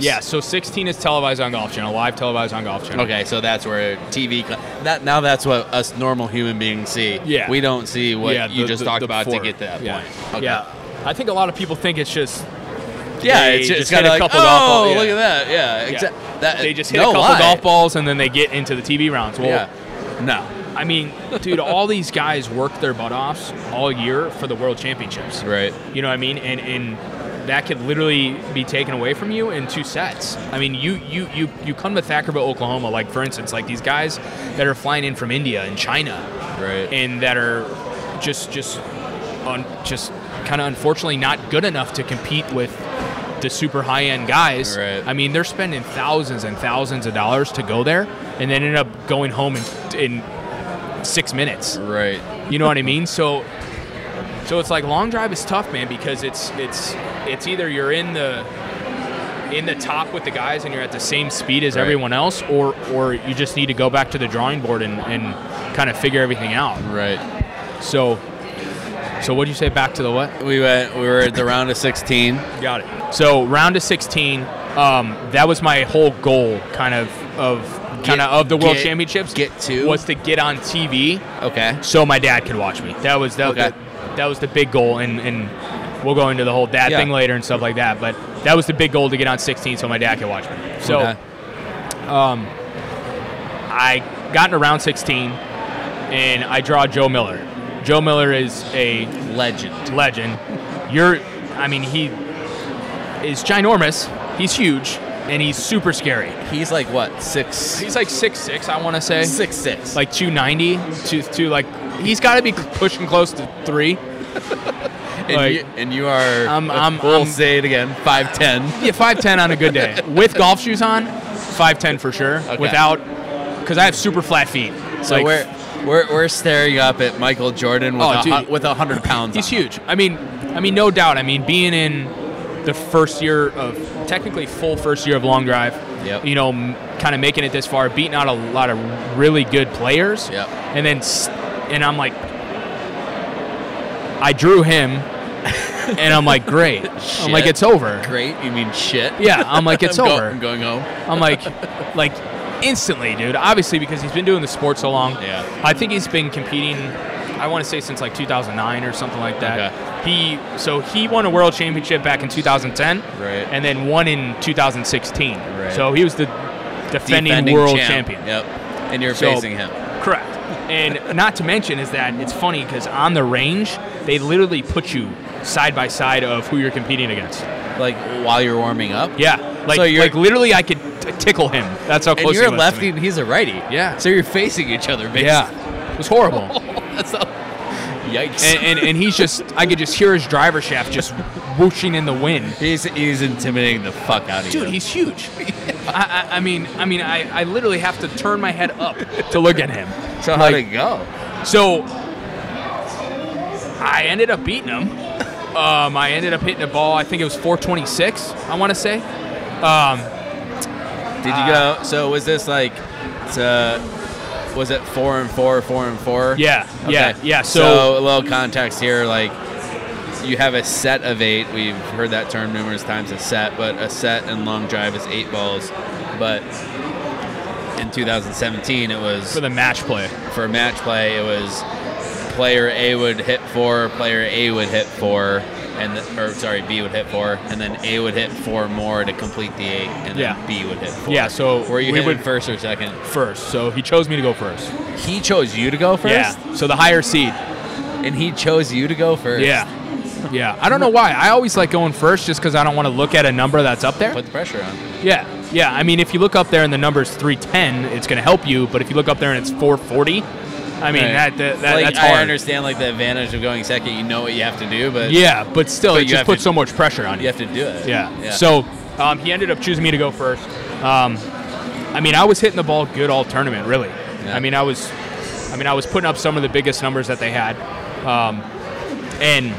S3: yeah. So 16 is televised on Golf Channel, live televised on Golf Channel.
S4: Okay, so that's where TV. co- That now that's what us normal human beings see.
S3: Yeah.
S4: we don't see what
S3: Yeah,
S4: you
S3: the-
S4: just
S3: the-
S4: talked
S3: the
S4: about
S3: before.
S4: to get to that
S3: Yeah.
S4: point. Okay.
S3: Yeah. I think a lot of people think it's just
S4: Yeah,
S3: They
S4: it's, it's
S3: just hit
S4: kind of
S3: a
S4: like,
S3: couple
S4: oh,
S3: golf ball- yeah.
S4: look at that. Yeah, exactly.
S3: Yeah.
S4: That
S3: they just hit
S4: no
S3: a couple
S4: lie.
S3: golf balls and then they get into the TV rounds. Well,
S4: Yeah.
S3: no. I mean, dude, all these guys work their butt offs all year for the World Championships.
S4: Right.
S3: You know what I mean? And and that could literally be taken away from you in two sets. I mean, you you you you come to Thackerville, Oklahoma, like for instance, like these guys that are flying in from India and China
S4: Right.
S3: and that are just just un, just kind of unfortunately not good enough to compete with the super high end guys.
S4: Right.
S3: I mean, they're spending thousands and thousands of dollars to go there, and then end up going home in in six minutes.
S4: right.
S3: You know what I mean? So, so it's like long drive is tough, man, because it's it's it's either you're in the in the top with the guys and you're at the same speed as
S4: Right.
S3: everyone else, or or you just need to go back to the drawing board and, and kind of figure everything out.
S4: Right.
S3: So, so what'd you say? Back to the what?
S4: We went. We were at the round of 16.
S3: Got it. So round of 16. Um, that was my whole goal, kind of of kind of of the world
S4: get-
S3: championships.
S4: get to?
S3: was to get on TV
S4: Okay.
S3: so my dad could watch me. That was that,
S4: Okay.
S3: that, that was the big goal, and and we'll go into the whole dad
S4: Yeah.
S3: thing later and stuff like that. But that was the big goal to get on 16 so my dad could watch me. So um,
S4: Okay.
S3: I got into round 16, and I draw Joe Miller. Joe Miller is a
S4: legend.
S3: legend. You're, I mean, he is ginormous. He's huge, and he's super scary.
S4: He's like what six?
S3: He's like six six, I want to say,
S4: Six six.
S3: like 290 to to like. He's got to be pushing close to three.
S4: and,
S3: like-
S4: you, and you are.
S3: I'm- I'm-
S4: we'll
S3: I'm-
S4: say it again. Five ten.
S3: Yeah, five ten on a good day with golf shoes on, five ten for sure.
S4: Okay.
S3: Without, because I have super flat feet.
S4: So
S3: Like,
S4: we're we're we're staring up at Michael Jordan with
S3: Oh,
S4: a,
S3: dude.
S4: hu- with a hundred pounds.
S3: He's
S4: on.
S3: huge. I mean, I mean, no doubt. I mean, being in the first year of technically full first year of long drive.
S4: Yep.
S3: You know, kind of making it this far, beating out a lot of really good players.
S4: Yep.
S3: And then, s- and I'm like, I drew him, and I'm like, great. I'm like,
S4: Shit.
S3: it's over.
S4: Great. You mean shit?
S3: Yeah. I'm like, it's
S4: I'm go-
S3: over.
S4: I'm going home.
S3: I'm like, like instantly, dude. Obviously, because he's been doing the sport so long.
S4: Yeah.
S3: I think he's been competing. I want to say since like 2009 or something like that. He so he won a world championship back in 2010.
S4: Right.
S3: And then one in 2016.
S4: Right.
S3: So he was the defending,
S4: Defending
S3: world
S4: champ.
S3: champion.
S4: Yep. And you're
S3: So-
S4: facing him.
S3: Correct. And not to mention is that it's funny because on the range they literally put you side by side of who you're competing against.
S4: Like while you're warming up.
S3: Yeah. Like
S4: So you're-
S3: like literally I could t- tickle him. That's how
S4: And
S3: close
S4: you're
S3: he
S4: a
S3: was to
S4: lefty
S3: me.
S4: and he's a righty.
S3: Yeah.
S4: So you're facing each other, basically.
S3: Yeah. It was horrible.
S4: That's all. Yikes.
S3: and, and, and he's just, I could just hear his driver shaft just whooshing in the wind.
S4: he's he's intimidating the fuck out of you.
S3: Dude, he's huge. I, I, I mean, I mean, I, I literally have to turn my head up to look at him.
S4: so how'd it go?
S3: So I ended up beating him. Um, I ended up hitting a ball. I think it was 426. I want to say. Um,
S4: Did you go? So was this like, it's, uh, was it four and four, four and four?
S3: yeah,
S4: Okay.
S3: yeah, yeah.
S4: a little context here, like you have a set of eight. We've heard that term numerous times. A set, but a set in long drive is eight balls. But in 2017, it was
S3: for the match play,
S4: for match play, it was player A would hit four, player A would hit four, and the, or sorry, B would hit four, and then A would hit four more to complete the eight, and
S3: Yeah.
S4: then B would hit four.
S3: Yeah, so
S4: were you
S3: we
S4: hitting
S3: would-
S4: first or second?
S3: first. So he chose me to go first.
S4: He chose you to go first,
S3: Yeah. So the higher seed.
S4: and he chose you to go first.
S3: Yeah. Yeah. I don't know why. I always like going first just because I don't want to look at a number that's up there.
S4: put the pressure on.
S3: Yeah, yeah. I mean, if you look up there and the number's 310, it's going to help you. But if you look up there and it's 440, I mean, that, that, that
S4: like,
S3: that's
S4: I
S3: hard.
S4: understand like the advantage of going second. You know what you have to do, but
S3: Yeah, but still,
S4: But
S3: it
S4: you
S3: just
S4: have
S3: puts
S4: to-
S3: so much pressure on you.
S4: you have to do it.
S3: Yeah. So um, he ended up choosing me to go first. Um, I mean, I was hitting the ball good all tournament, really.
S4: Yeah.
S3: I mean, I was, I mean, I was putting up some of the biggest numbers that they had, um, and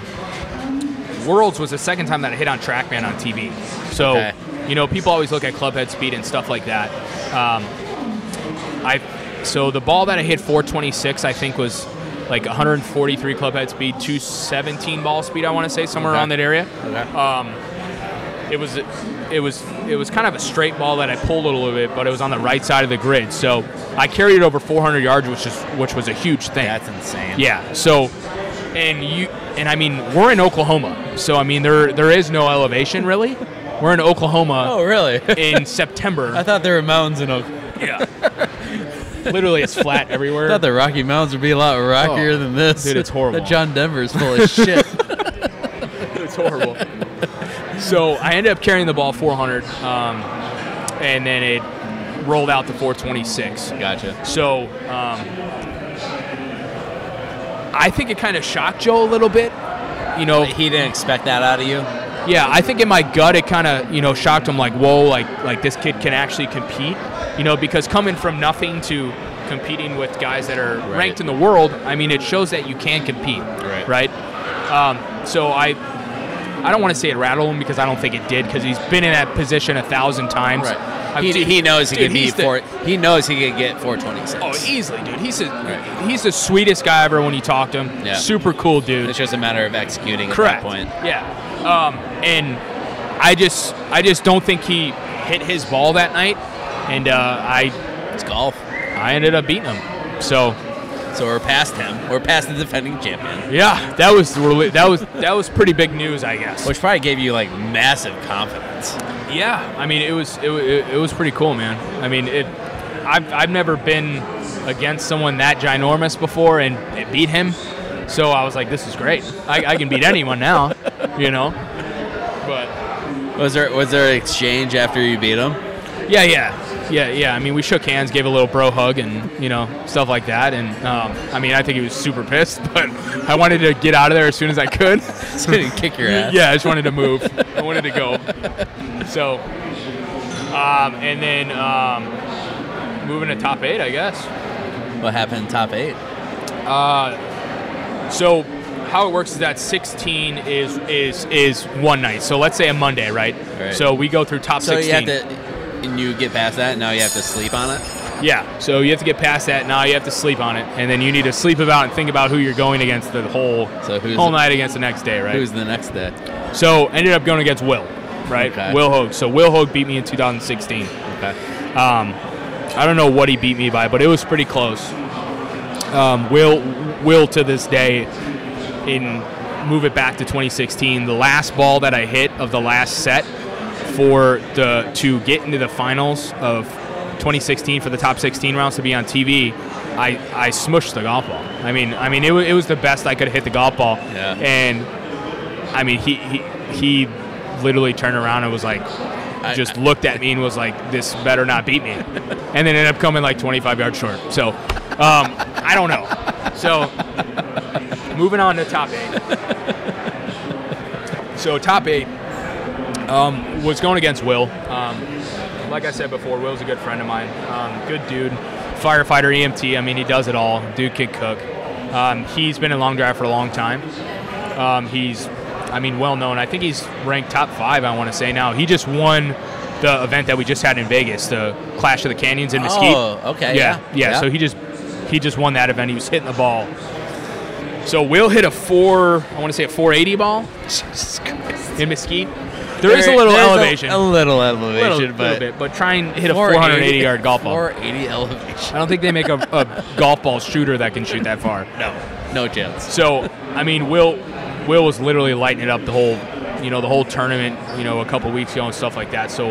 S3: Worlds was the second time that I hit on TrackMan on TV. So,
S4: Okay.
S3: you know, people always look at clubhead speed and stuff like that. Um, I so the ball that I hit 426, I think was like 143 clubhead speed, 217 ball speed. I want to say somewhere
S4: Okay.
S3: around that area
S4: okay.
S3: it was it was it was kind of a straight ball that I pulled a little bit, but it was on the right side of the grid. So I carried it over 400 yards, which is which was a huge thing.
S4: that's insane.
S3: yeah. So and you and I mean we're in Oklahoma, so I mean there there is no elevation really. We're in Oklahoma
S4: Oh really?
S3: in September.
S4: I thought there were mountains in Oklahoma.
S3: yeah. Literally, it's flat everywhere.
S4: I thought the Rocky Mountains would be a lot rockier
S3: Oh,
S4: than this.
S3: dude, it's horrible.
S4: That John Denver's full of shit.
S3: it's horrible. so I ended up carrying the ball 400, um, and then it rolled out to 426.
S4: Gotcha.
S3: So um, I think it kind of shocked Joe a little bit. You know,
S4: He didn't expect that out of you.
S3: yeah, I think in my gut it kind of you know shocked him like, whoa, like like this kid can actually compete. You know, because coming from nothing to competing with guys that are
S4: Right.
S3: ranked in the world, I mean, it shows that you can compete,
S4: Right.
S3: Right. Um, so I. I don't want to say it rattled him because I don't think it did because he's been in that position a thousand times. I've-
S4: He, he knows he
S3: dude,
S4: can be
S3: he's the-
S4: four. He knows he can get 426.
S3: Oh, easily, dude. He's a, he's the sweetest guy ever when you talk to him.
S4: Yeah.
S3: Super cool dude.
S4: it's just a matter of executing
S3: Correct.
S4: at that point.
S3: Yeah. Um, and I just I just don't think he hit his ball that night, and uh, I
S4: It's golf.
S3: I ended up beating him. So
S4: So we're past him. We're past the defending champion,
S3: yeah, that was really- that was that was pretty big news, I guess.
S4: which probably gave you like massive confidence.
S3: yeah, I mean it was it, wa- it, it was pretty cool, man. I mean it. I've, I've never been against someone that ginormous before and it beat him. So I was like, this is great. I, I can beat anyone now, you know? But
S4: Was there was there an exchange after you beat him?
S3: Yeah, yeah, yeah, yeah. I mean, we shook hands, gave a little bro hug, and you know stuff like that. And um, I mean, I think he was super pissed, but I wanted to get out of there as soon as I could.
S4: He didn't kick your ass.
S3: yeah, I just wanted to move. I wanted to go. So, um, and then um, moving to top eight, I guess.
S4: What happened in top eight?
S3: So how it works is that 16 is is is one night. So let's say a Monday, right?
S4: Right.
S3: So we go through top
S4: So
S3: 16.
S4: you have to, and you get past that. Now you have to sleep on it.
S3: Yeah. So you have to get past that. Now you have to sleep on it, and then you need to sleep about and think about who you're going against the whole
S4: So who's-
S3: whole night against the next day, right?
S4: Who's the next day?
S3: so ended up going against Will, right?
S4: Okay.
S3: Will Hogue. So Will Hogue beat me in 2016.
S4: Okay.
S3: Um, I don't know what he beat me by, but it was pretty close. Um, Will Will to this day in move it back to 2016. The last ball that I hit of the last set for the to get into the finals of 2016 for the top 16 rounds to be on TV. I, I smushed the golf ball. I mean I mean it, wa- it was the best I could hit the golf ball.
S4: Yeah.
S3: And I mean he, he he literally turned around and was like just looked at me and was like, "This better not beat me," and then ended up coming like 25 yards short. So, um, I don't know. So, moving on to top eight. So top eight um, was going against Will. Um, like I said before, Will's a good friend of mine. Um, good dude, firefighter, EMT. I mean, he does it all. Dude can cook. Um, he's been in long drive for a long time. Um, he's, I mean, well known. I think he's ranked top five. I want to say now. He just won the event that we just had in Vegas, the Clash of the Canyons in Mesquite.
S4: Oh, okay,
S3: Yeah,
S4: yeah, yeah.
S3: So he just he just won that event. He was hitting the ball. So Will hit a four. I want to say a 480 ball in Mesquite. there is a little elevation.
S4: A, little elevation,
S3: little,
S4: but
S3: little bit, but try and hit a 480 yard golf ball.
S4: 480 elevation.
S3: I don't think they make a, a golf ball shooter that can shoot that far.
S4: No, no chance.
S3: So I mean, Will Will was literally lighting it up the whole, you know, the whole tournament, you know, a couple weeks ago and stuff like that. So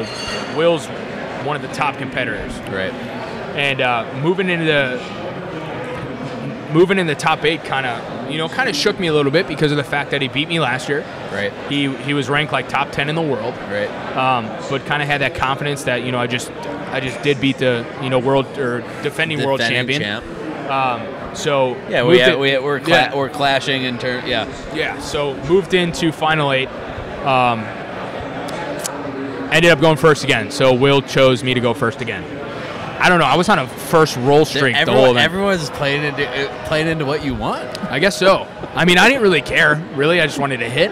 S3: Will's one of the top competitors,
S4: Right.
S3: and uh, moving into the moving in the top eight kind of you know kind of shook me a little bit because of the fact that he beat me last year.
S4: Right.
S3: He he was ranked like top ten in the world,
S4: Right.
S3: um, but kind of had that confidence that you know I just I just did beat the you know world or defending, world
S4: Defending
S3: champion.
S4: Champ.
S3: So
S4: Yeah,
S3: moved
S4: we, yeah,
S3: it-
S4: we, we're cla-
S3: yeah.
S4: we're clashing in turn. Yeah.
S3: Yeah, so moved into final eight. Um, ended up going first again. So Will chose me to go first again. I don't know. I was on a first roll streak the whole
S4: Everyone,
S3: event.
S4: everyone's playing into uh, playing into what you want.
S3: I guess so. I mean, I didn't really care. Really, I just wanted to hit.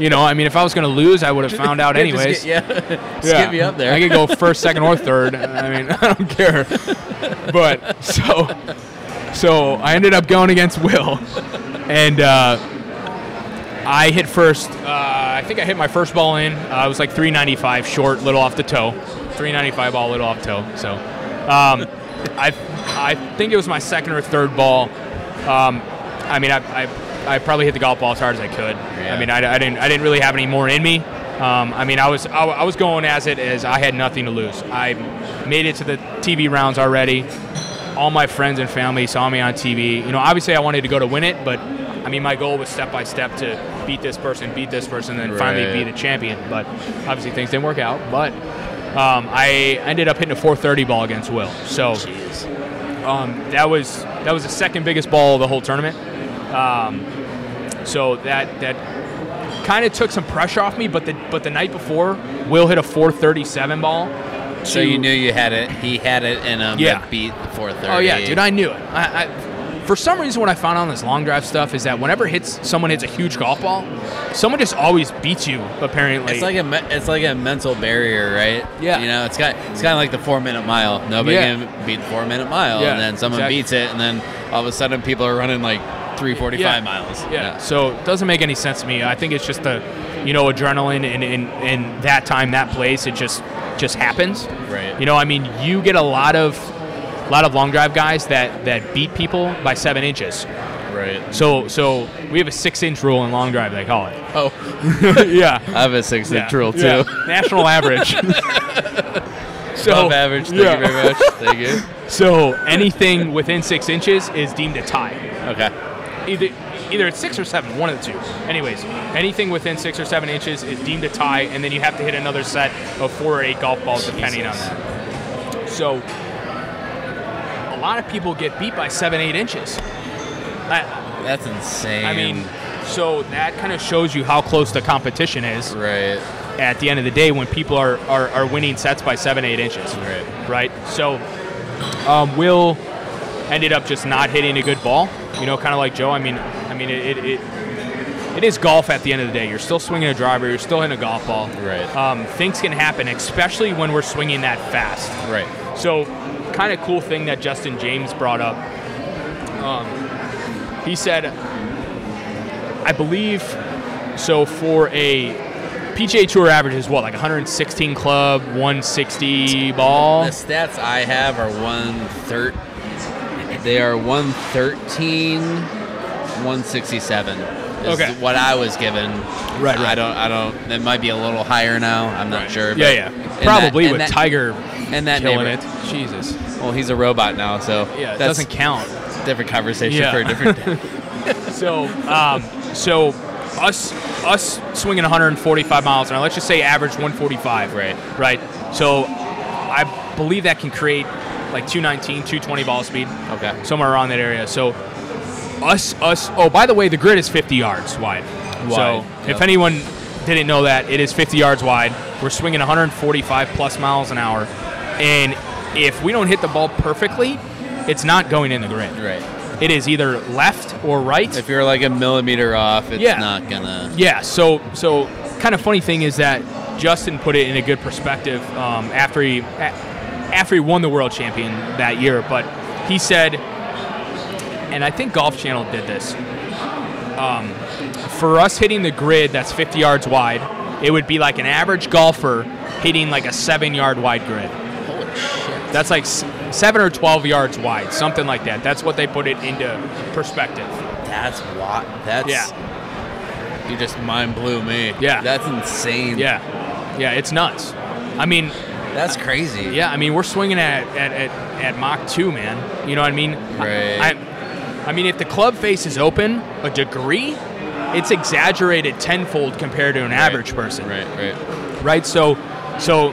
S3: You know, I mean, if I was going to lose, I would have found out
S4: Yeah,
S3: anyways.
S4: Just get, yeah. Just get me up there.
S3: I could go first, second, or third. I mean, I don't care. But so, so I ended up going against Will, and uh, I hit first. Uh, I think I hit my first ball in. Uh, I was like 395 short, little off the toe. 395 ball, little off toe. So, um, I, I think it was my second or third ball. Um, I mean, I, I, I probably hit the golf ball as hard as I could.
S4: Yeah.
S3: I mean, I, I didn't I didn't really have any more in me. Um, I mean, I was I, I was going as it is. I had nothing to lose. I made it to the TV rounds already. All my friends and family saw me on TV. You know, obviously I wanted to go to win it, but I mean, my goal was step by step to beat this person, beat this person, and then
S4: Right.
S3: finally beat a champion. But obviously things didn't work out. But um, I ended up hitting a 430 ball against Will. So
S4: Jeez.
S3: um, that was that was the second biggest ball of the whole tournament. Um, so that that kind of took some pressure off me. But the but the night before, Will hit a 437 ball.
S4: So
S3: to-
S4: you knew you had it. He had it in him.
S3: Yeah.
S4: that Beat 430.
S3: Oh yeah, dude, I knew it. I, I, for some reason, what I found on this long drive stuff is that whenever hits someone hits a huge golf ball, someone just always beats you. Apparently,
S4: It's like a me- it's like a mental barrier, right?
S3: Yeah.
S4: You know, it's got it's kind of like the four minute mile. Nobody
S3: Yeah.
S4: can beat the four minute mile,
S3: Yeah,
S4: and then someone
S3: exactly.
S4: beats it, and then all of a sudden people are running like three forty
S3: Yeah.
S4: five miles.
S3: Yeah. So it doesn't make any sense to me. I think it's just the, you know, adrenaline and in, in that time, that place, it just just happens.
S4: Right.
S3: You know, I mean, you get a lot of a lot of long drive guys that that beat people by seven inches.
S4: Right.
S3: So so we have a six inch rule in long drive. They call it.
S4: Oh,
S3: yeah.
S4: I have a six inch rule too.
S3: Yeah. National average. so
S4: Above average. Thank
S3: yeah.
S4: you very much. Thank you.
S3: So anything within six inches is deemed a tie.
S4: Okay.
S3: either either it's six or seven, one of the two. Anyways, anything within six or seven inches is deemed a tie, and then you have to hit another set of four or eight golf balls depending on that. So a lot of people get beat by seven, eight inches. I,
S4: That's insane.
S3: I mean, so that kind of shows you how close the competition is
S4: right.
S3: at the end of the day when people are, are, are winning sets by seven, eight inches
S4: Right.
S3: right? So um, Will ended up just not hitting a good ball. You know, kind of like Joe. I mean, I mean, it, it, it it is golf at the end of the day. You're still swinging a driver. You're still hitting a golf ball.
S4: Right.
S3: Um, things can happen, especially when we're swinging that fast.
S4: Right.
S3: So, kind of cool thing that Justin James brought up. Um, he said, I believe, so for a PGA Tour average is what, like 116 club, 160 ball?
S4: The stats I have are one third. They are one thirteen, one sixty seven.
S3: Okay.
S4: What I was given.
S3: Right, right.
S4: I don't. I don't. It might be a little higher now. I'm not sure.
S3: Yeah,
S4: but
S3: yeah.
S4: in that-
S3: Probably
S4: in
S3: with
S4: that-
S3: Tiger
S4: in that
S3: killing it.
S4: neighborhood.
S3: Jesus.
S4: Well, he's a robot now, so
S3: Yeah, it
S4: that's
S3: doesn't count.
S4: a different conversation
S3: Yeah.
S4: for a different day.
S3: So, um, so us us swinging 145 miles an hour. Let's just say average 145.
S4: Right.
S3: Right. So, I believe that can create like 219, 220 ball speed,
S4: okay.
S3: somewhere around that area. So, us us. Oh, by the way, the grid is 50 yards wide.
S4: Wide,
S3: So,
S4: yep.
S3: if anyone didn't know that, it is 50 yards wide. We're swinging 145 plus miles an hour, and if we don't hit the ball perfectly, it's not going in the grid.
S4: Right.
S3: It is either left or right.
S4: If you're like a millimeter off, it's
S3: Yeah.
S4: not gonna.
S3: Yeah. So so kind of funny thing is that Justin put it in a good perspective um, after he a- after he won the world champion that year. But he said, and I think Golf Channel did this. Um, for us hitting the grid that's 50 yards wide, it would be like an average golfer hitting like a seven yard wide grid.
S4: Holy shit.
S3: That's like s- seven or 12 yards wide, something like that. That's what they put it into perspective.
S4: That's what. That's. Yeah. You just mind blew me.
S3: Yeah.
S4: That's insane.
S3: Yeah. Yeah, it's nuts. I mean,
S4: That's crazy.
S3: yeah, I mean, we're swinging at, at, at, at Mach 2, man. You know what I mean?
S4: Right.
S3: I, I, I mean, if the club face is open a degree, it's exaggerated tenfold compared to an average person.
S4: Right, right.
S3: right? So, so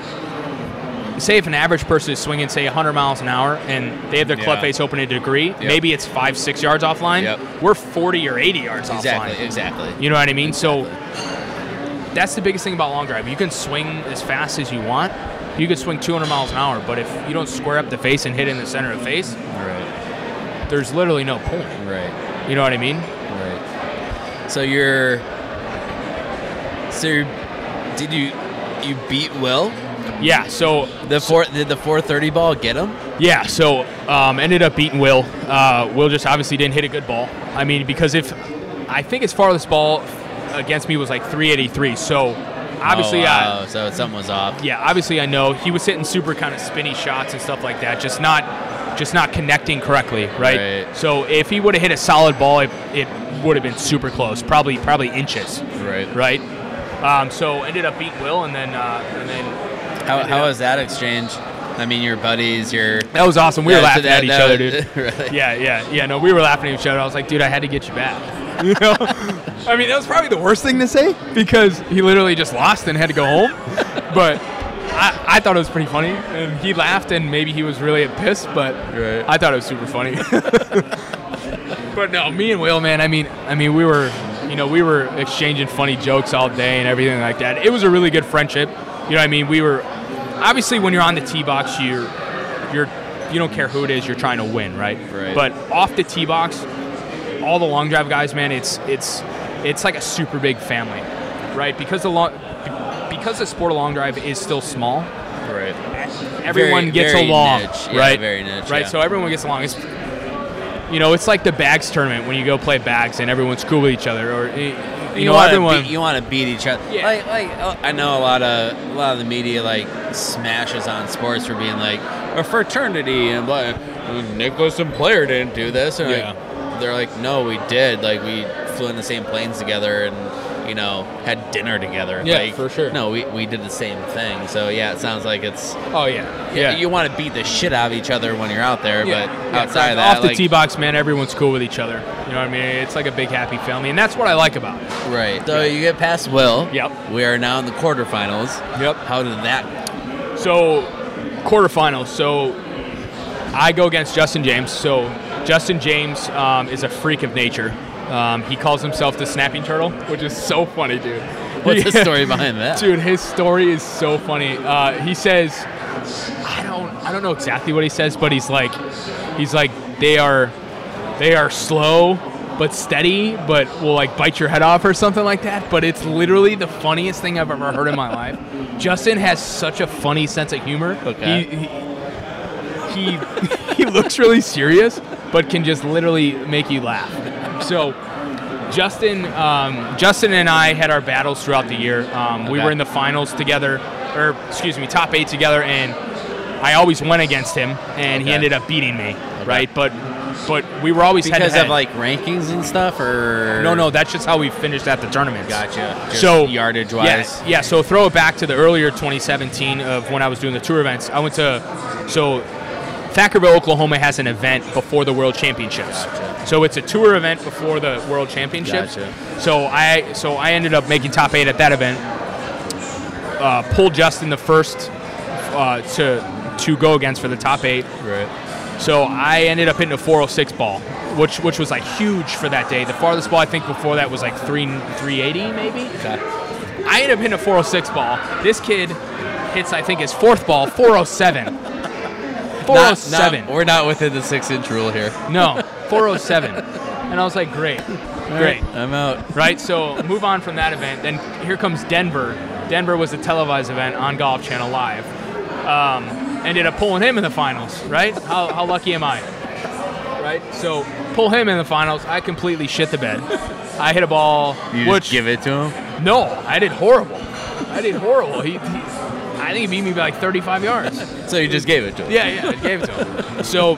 S3: say if an average person is swinging, say 100 miles an hour, and they have their club
S4: Yeah.
S3: face open a degree, maybe it's five, six yards offline.
S4: Yep.
S3: We're 40 or 80 yards
S4: Exactly,
S3: offline.
S4: exactly.
S3: You know what I mean? So that's the biggest thing about long drive. You can swing as fast as you want. You can swing 200 miles an hour, but if you don't square up the face and hit in the center of the face,
S4: Right,
S3: there's literally no point.
S4: right,
S3: You know what I mean?
S4: right. So you're. So you're, did you you beat Will?
S3: Yeah. So
S4: The four did the 430 ball get him?
S3: Yeah, so um, ended up beating Will. Uh, Will just obviously didn't hit a good ball. I mean, because if I think his farthest ball against me was like 383. So obviously,
S4: oh, wow.
S3: I,
S4: so something was off.
S3: yeah, obviously I know he was hitting super kind of spinny shots and stuff like that. Just not, just not connecting correctly, right?
S4: Right.
S3: So if he would have hit a solid ball, it, it would have been super close, probably probably inches,
S4: Right.
S3: right? Um, so ended up beating Will, and then uh, and then
S4: How, how was that exchange? I mean, your buddies, your
S3: that was awesome. We were
S4: Yeah, so
S3: laughing
S4: that-
S3: at each
S4: that
S3: other,
S4: was-
S3: dude.
S4: really?
S3: Yeah, yeah, yeah. No, we were laughing at each other. I was like, dude, I had to get you back. You know? I mean, that was probably the worst thing to say because he literally just lost and had to go home. But I, I thought it was pretty funny. And he laughed and maybe he was really pissed, but
S4: Right.
S3: I thought it was super funny. but no, me and Will, man, I mean, I mean, we were, you know, we were exchanging funny jokes all day and everything like that. It was a really good friendship. You know what I mean? We were obviously when you're on the tee box, you're you're you don't care who it is, you're trying to win, right?
S4: Right.
S3: But off the tee box, all the long drive guys, man, it's it's it's like a super big family, right? Because the long because the sport of long drive is still small,
S4: Right.
S3: everyone
S4: Very-
S3: gets
S4: very
S3: along,
S4: niche. Yeah,
S3: right?
S4: very niche,
S3: right?
S4: yeah.
S3: So everyone gets along. It's, you know, it's like the bags tournament when you go play bags and everyone's cool with each other, or you, you know,
S4: wanna
S3: everyone.
S4: Beat, you want to beat each other.
S3: Yeah.
S4: Like, like oh, I know a lot of a lot of the media like smashes on sports for being like a fraternity and blah. Nicholas and Player didn't do this. And
S3: Yeah.
S4: like, they're like, no, we did. Like we flew in the same planes together and you know had dinner together.
S3: Yeah,
S4: like,
S3: for sure.
S4: No, we, we did the same thing. So yeah, it sounds like it's
S3: oh yeah,
S4: yeah.
S3: yeah.
S4: You want to beat the shit out of each other when you're out there,
S3: Yeah,
S4: but
S3: yeah,
S4: outside
S3: correct.
S4: of that,
S3: off the
S4: like,
S3: tee box, man, everyone's cool with each other. You know what I mean? It's like a big happy family, and that's what I like about it.
S4: right. So you get past Will.
S3: Yep.
S4: We are now in the quarterfinals.
S3: Yep.
S4: How did that?
S3: So, quarterfinals. So, I go against Justin James. So, Justin James um, is a freak of nature. Um, he calls himself the snapping turtle, which is so funny, dude.
S4: What's
S3: He-
S4: the story behind that?
S3: Dude, his story is so funny. Uh, he says, I don't, I don't know exactly what he says, but he's like, he's like, they are, they are slow but steady, but will like bite your head off or something like that. But it's literally the funniest thing I've ever heard in my life. Justin has such a funny sense of humor.
S4: Okay.
S3: He- he- he he looks really serious, but can just literally make you laugh. So, Justin, um, Justin and I had our battles throughout the year. Um, We
S4: Okay.
S3: were in the finals together, or excuse me, top eight together, and I always went against him, and he
S4: Okay.
S3: ended up beating me, right? But but we were always head
S4: Because
S3: to head.
S4: of like rankings and stuff, or
S3: no, no, that's just how we finished at the tournament.
S4: Gotcha. Just
S3: so
S4: yardage wise.
S3: yeah, yeah. So throw it back to the earlier 2017 of when I was doing the tour events. I went to so Thackerville, Oklahoma has an event before the World Championships.
S4: Gotcha.
S3: So it's a tour event before the World Championships.
S4: Gotcha.
S3: So I so I ended up making top eight at that event. Uh, pulled Justin the first uh, to to go against for the top eight.
S4: Right.
S3: So I ended up hitting a 406 ball, which which was like huge for that day. The farthest ball I think before that was like three 380 maybe.
S4: Okay.
S3: I end up hitting a 406 ball. This kid hits, I think, his fourth ball, 407.
S4: Not,
S3: 407.
S4: not- we're not within the six inch rule here.
S3: no, 407. And I was like, great, great.
S4: I'm out.
S3: Right? So move on from that event. Then here comes Denver. Denver was a televised event on Golf Channel Live. Um, ended up pulling him in the finals, right? How, how lucky am I? Right? So pull him in the finals. I completely shit the bed. I hit a ball,
S4: You
S3: which
S4: just give it to him.
S3: no, I did horrible. I did horrible. He, he, I think he beat me by like 35 yards.
S4: So you just gave it to him.
S3: Yeah, yeah, I gave it to him. So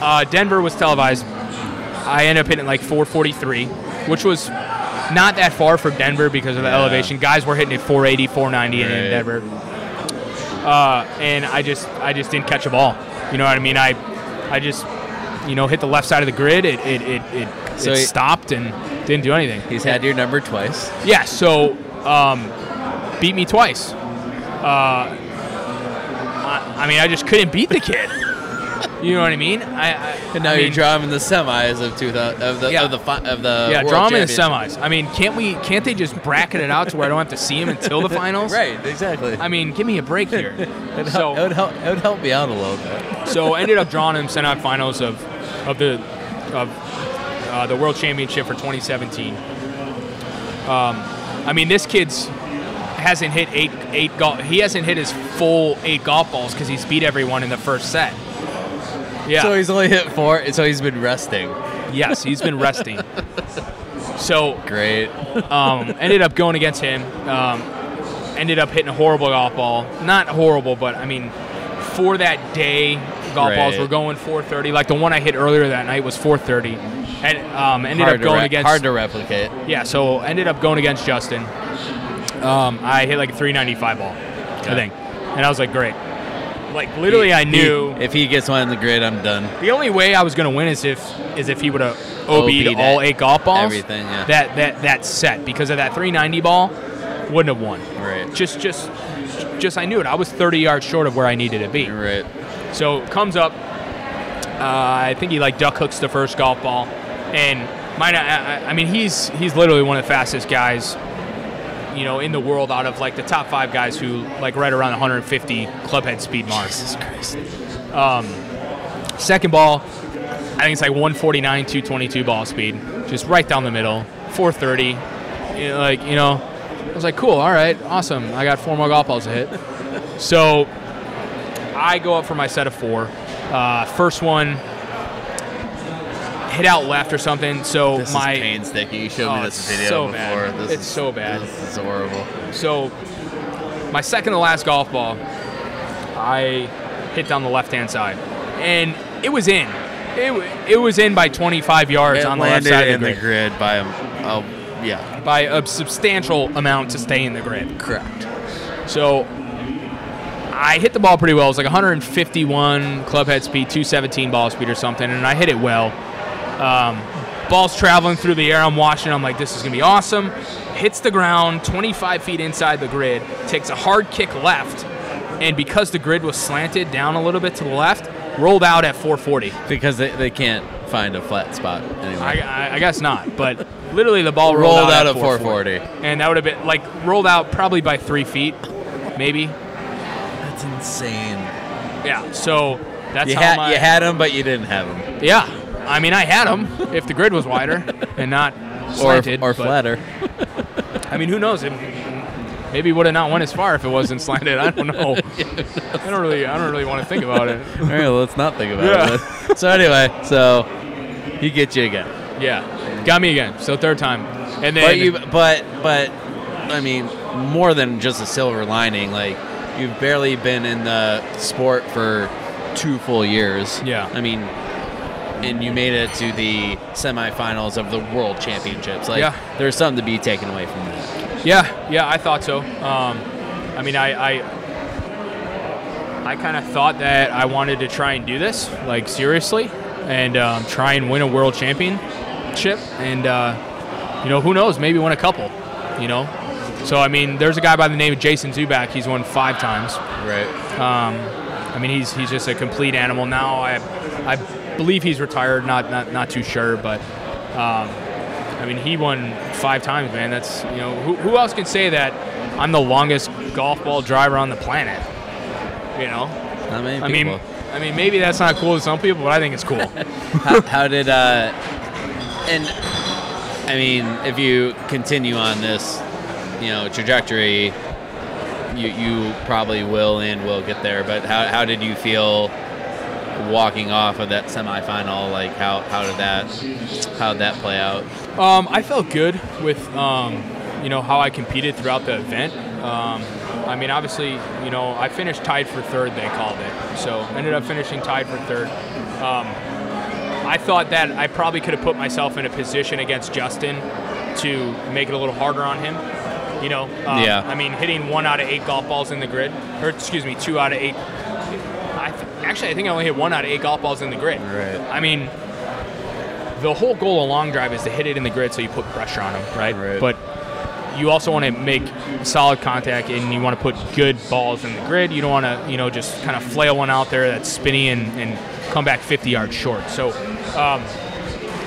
S3: uh, Denver was televised. I ended up hitting like 443, which was not that far from Denver because of the
S4: Yeah.
S3: elevation. Guys were hitting at 480, 490 in
S4: Right.
S3: Denver, uh, and I just I just didn't catch a ball. You know what I mean? I I just you know hit the left side of the grid. It it it, it,
S4: So
S3: it
S4: he-
S3: stopped and didn't do anything.
S4: He's had your number twice.
S3: Yeah, so um, beat me twice. Uh, I, I mean, I just couldn't beat the kid. You know what I mean? I, I
S4: And now
S3: I
S4: you're
S3: mean,
S4: drawing the semis of two thousand of the
S3: Yeah.
S4: of the fi- of the
S3: Yeah,
S4: World
S3: draw them in the
S4: Championship.
S3: semis. I mean, can't we? Can't they just bracket it out to where I don't have to see him until the finals?
S4: Right, exactly.
S3: I mean, give me a break here.
S4: It'd help- it
S3: so,
S4: would help. It would help me out a little bit.
S3: so I ended up drawing him semifinals of of the of uh, the World Championship for 2017. Um, I mean, this kid's hasn't hit eight eight golf. He hasn't hit his full eight golf balls because he's beat everyone in the first set. Yeah.
S4: So he's only hit four. So he's been resting.
S3: yes, he's been resting. So
S4: Great.
S3: um, ended up going against him. Um, ended up hitting a horrible golf ball. Not horrible, but I mean, for that day, golf
S4: Right.
S3: balls were going 430. Like the one I hit earlier that night was 430. And um, ended
S4: hard
S3: up
S4: to
S3: going
S4: re-
S3: against
S4: hard to replicate.
S3: yeah. So ended up going against Justin. Um, I hit like a 395 ball, I
S4: Okay.
S3: think, and I was like, great. Like literally, I
S4: He-
S3: knew
S4: if he gets one on the grid, I'm done.
S3: the only way I was gonna win is if is if he would have OB'd
S4: OB'd
S3: all
S4: it.
S3: eight golf balls.
S4: Everything, yeah.
S3: That that that set because of that 390 ball, wouldn't have won.
S4: Right.
S3: Just just just I knew it. I was 30 yards short of where I needed to be.
S4: Right.
S3: So comes up. Uh, I think he like duck hooks the first golf ball, and mine. I, I- I mean, he's he's literally one of the fastest guys, you know, in the world out of like the top five guys who like right around 150 clubhead speed mark.
S4: Jesus Christ.
S3: Second ball, I think it's like 149, 222 ball speed, just right down the middle, 430. You know, like, you know, I was like, cool, all right, awesome. I got four more golf balls to hit. so I go up for my set of four. Uh, first one, hit out left or something. So
S4: This
S3: my.
S4: is painstaking. You showed
S3: Oh,
S4: me this
S3: it's
S4: video
S3: so
S4: before.
S3: bad.
S4: This
S3: It's
S4: is,
S3: so bad.
S4: This is horrible.
S3: So, my second to last golf ball, I hit down the left hand side, and it was in. It, wa- it was in by 25 yards on the left
S4: landed
S3: side of
S4: in
S3: the
S4: the
S3: grid
S4: grid by a, oh, yeah.
S3: by a substantial amount to stay in the grid.
S4: Correct.
S3: So, I hit the ball pretty well. It was like 151 club head speed, 217 ball speed or something, and I hit it well. Um, ball's traveling through the air. I'm watching. I'm like, this is gonna be awesome. Hits the ground 25 feet inside the grid. Takes a hard kick left, and because the grid was slanted down a little bit to the left, rolled out at 440.
S4: Because they, they can't find a flat spot anyway.
S3: I, I, I guess not, but literally the ball rolled,
S4: Rolled out
S3: at
S4: at 440.
S3: and that would have been like rolled out probably by three feet, maybe.
S4: That's insane.
S3: Yeah. So that's
S4: You
S3: how
S4: had
S3: my
S4: you had him, but you didn't have him,
S3: yeah. I mean, I had them if the grid was wider and not slanted
S4: or or
S3: but-
S4: flatter.
S3: I mean, who knows? It, maybe would have not went as far if it wasn't slanted. I don't know. I don't really, I don't really want to think about it.
S4: All right, well, let's not think about
S3: Yeah.
S4: it. So anyway, so he gets you again.
S3: Yeah, got me again. So third time, and then
S4: But you, but but, I mean, more than just a silver lining. Like you've barely been in the sport for two full years.
S3: Yeah.
S4: I mean, and you made it to the semifinals of the World Championships. Like
S3: Yeah.
S4: there's something to be taken away from that.
S3: yeah, yeah, I thought so. Um, I mean, I, I, I kind of thought that I wanted to try and do this, like seriously, and um, try and win a world championship, and uh, you know, who knows, maybe win a couple, you know. So I mean, there's a guy by the name of Jason Zuback. He's won five times.
S4: Right.
S3: Um, I mean, he's he's just a complete animal now. I I believe he's retired. Not not not too sure, but um, I mean, he won five times, man. That's you know, who, who else can say that I'm the longest golf ball driver on the planet? You know,
S4: Not many
S3: I mean.
S4: people.
S3: I mean, maybe that's not cool to some people, but I think it's cool.
S4: how, how did uh, and I mean, if you continue on this, you know, trajectory, you you probably will and will get there. But how how did you feel walking off of that semifinal? Like how how did that how would that play out?
S3: Um, I felt good with um, you know how I competed throughout the event. Um, Um, I mean, obviously, you know, I finished tied for third. They called it, so ended up finishing tied for third. Um, I thought that I probably could have put myself in a position against Justin to make it a little harder on him. You know, um,
S4: Yeah.
S3: I mean, hitting one out of eight golf balls in the grid, or excuse me, two out of eight. I th- actually, I think I only hit one out of eight golf balls in the grid.
S4: Right.
S3: I mean, the whole goal of long drive is to hit it in the grid so you put pressure on them, right?
S4: Right.
S3: But you also want to make solid contact and you want to put good balls in the grid. You don't want to, you know, just kind of flail one out there that's spinny and, and come back 50 yards short. So, um,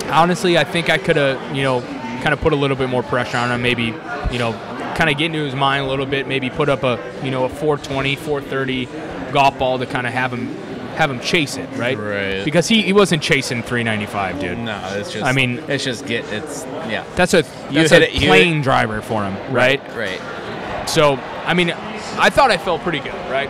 S3: honestly, I think I could have, you know, kind of put a little bit more pressure on him. Maybe, you know, kind of get into his mind a little bit. Maybe put up a, you know, a 420, 430 golf ball to kind of have him have him chase it, right?
S4: Right.
S3: Because he, he wasn't chasing 395, dude.
S4: No, it's just.
S3: I mean-
S4: it's just get. It's yeah.
S3: That's a
S4: You
S3: that's
S4: hit
S3: a
S4: it- you hit
S3: plane driver for him, right?
S4: Right.
S3: So I mean, I thought I felt pretty good, right?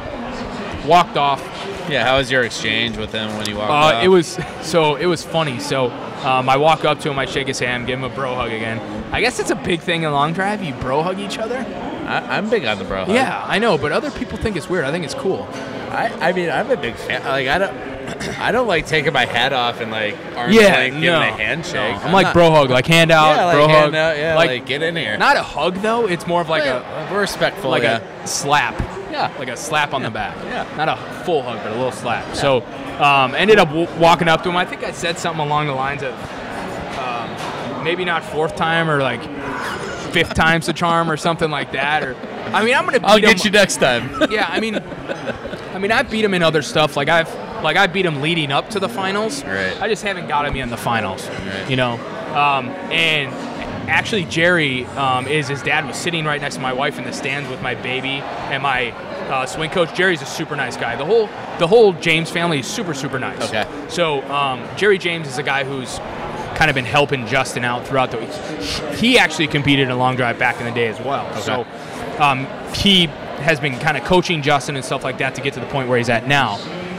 S3: Walked off.
S4: Yeah. How was your exchange with him when you walked
S3: Uh,
S4: up?
S3: it was so it was funny. So um, I walk up to him, I shake his hand, give him a bro hug again. I guess it's a big thing in long drive. You bro hug each other.
S4: Uh-huh. I, I'm big on the bro. hug.
S3: Yeah, I know, but other people think it's weird. I think it's cool.
S4: I, I mean, I'm a big fan. Like, I don't, I don't like taking my hat off and like arms
S3: yeah,
S4: length,
S3: no,
S4: giving a
S3: no.
S4: handshake.
S3: I'm, like
S4: not-
S3: bro hug, like hand out,
S4: yeah, like,
S3: bro hug,
S4: hand out, yeah, like, get in here.
S3: not a hug though. It's more of like a
S4: Yeah, respectful,
S3: like
S4: yeah.
S3: a slap.
S4: yeah,
S3: like a slap on the back.
S4: Yeah.
S3: Not a full hug, but a little slap. So um, ended up w- walking up to him. I think I said something along the lines of um, maybe not fourth time or like fifth time's the charm or something like that. Or I mean, I'm gonna. Beat
S4: I'll
S3: him.
S4: get you next time.
S3: Yeah, I mean, I mean, I beat him in other stuff. Like I've, like I beat him leading up to the finals.
S4: Right.
S3: I just haven't got him in the finals.
S4: Right.
S3: You know, um, and actually Jerry um, is his dad was sitting right next to my wife in the stands with my baby and my uh, swing coach. Jerry's a super nice guy. The whole the whole James family is super super nice.
S4: Okay.
S3: So um, Jerry James is a guy who's kind of been helping Justin out throughout the week. He actually competed in a long drive back in the day as well. So um, he has been kind of coaching Justin and stuff like that to get to the point where he's at now.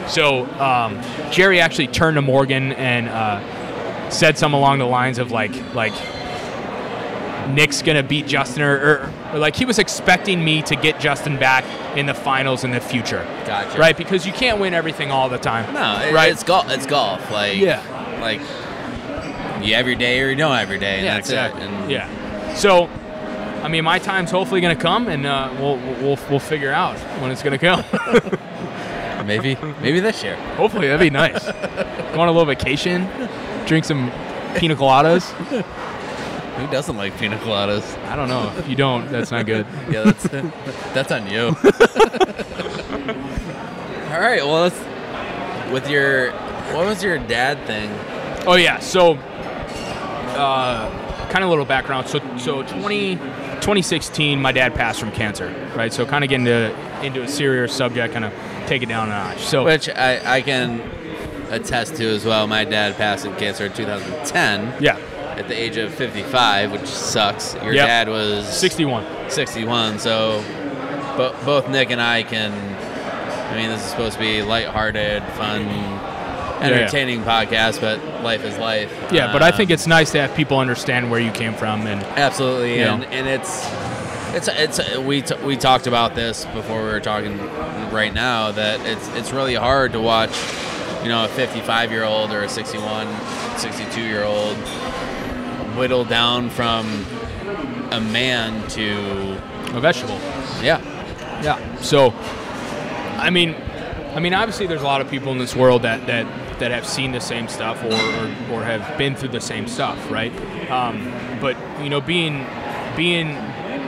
S3: So um, Jerry actually turned to Morgan and uh, said something along the lines of like like Nick's gonna beat Justin or, or, or like he was expecting me to get Justin back in the finals in the future.
S4: Gotcha.
S3: Right? Because you can't win everything all the time.
S4: No, it,
S3: right?
S4: It's golf. It's golf. Like
S3: Yeah.
S4: like you have your day or you don't have your day. And
S3: Yeah,
S4: that's
S3: exactly.
S4: it. And
S3: yeah. So, I mean, my time's hopefully going to come, and uh, we'll, we'll we'll figure out when it's going to come.
S4: maybe maybe this year.
S3: hopefully, that'd be nice. Go on a little vacation, drink some pina coladas.
S4: Who doesn't like pina coladas?
S3: I don't know. If you don't, that's not good.
S4: Yeah, that's that's on you. All right. Well, let's with your what was your dad thing?
S3: Oh yeah, so uh, kind of a little background. So so 20, 2016, my dad passed from cancer, right? So kind of getting into into a serious subject, kind of take it down a notch. So
S4: Which I, I can attest to as well. My dad passed of cancer in 2010
S3: yeah,
S4: at the age of 55, which sucks. Your
S3: Yep.
S4: dad was
S3: 61.
S4: 61, so bo- both Nick and I can. I mean, this is supposed to be lighthearted, fun, entertaining podcast, but life is life.
S3: Yeah, but I think
S4: Um,
S3: it's nice to have people understand where you came from and
S4: Absolutely,
S3: You
S4: and,
S3: know.
S4: and it's it's it's we t- we talked about this before we were talking right now that it's it's really hard to watch, you know, a 55 year old or a 61, 62 year old whittle down from a man to
S3: a vegetable.
S4: yeah
S3: Yeah. So, I mean, I mean, obviously, there's a lot of people in this world that that that have seen the same stuff or or, or have been through the same stuff, right? Um, but you know, being being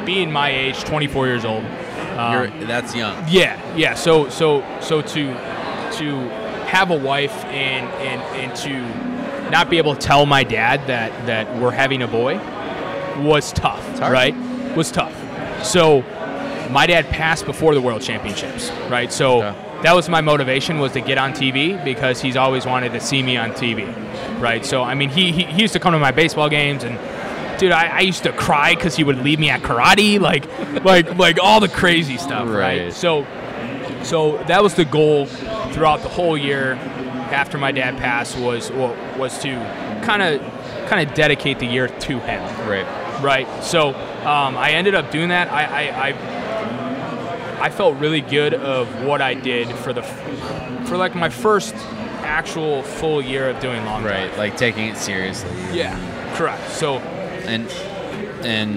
S3: being my age, 24 years old. Um,
S4: you're, that's young.
S3: Yeah, yeah. So so so to to have a wife and and and to not be able to tell my dad that that we're having a boy was tough,
S4: hard.
S3: right? Was tough. So my dad passed before the World Championships, right? So
S4: Okay.
S3: that was my motivation was to get on TV because he's always wanted to see me on TV, right? So I mean, he he, he used to come to my baseball games and. Dude, I, I used to cry because he would leave me at karate, like, like, like all the crazy stuff,
S4: Right.
S3: right? So, so that was the goal throughout the whole year after my dad passed was wa- was to kind of kind of dedicate the year to him
S4: Right.
S3: right so um, i ended up doing that I, I, I I felt really good of what I did for the f- for like my first actual full year of doing long drive.
S4: Right, like taking it seriously.
S3: Yeah, correct. So
S4: And and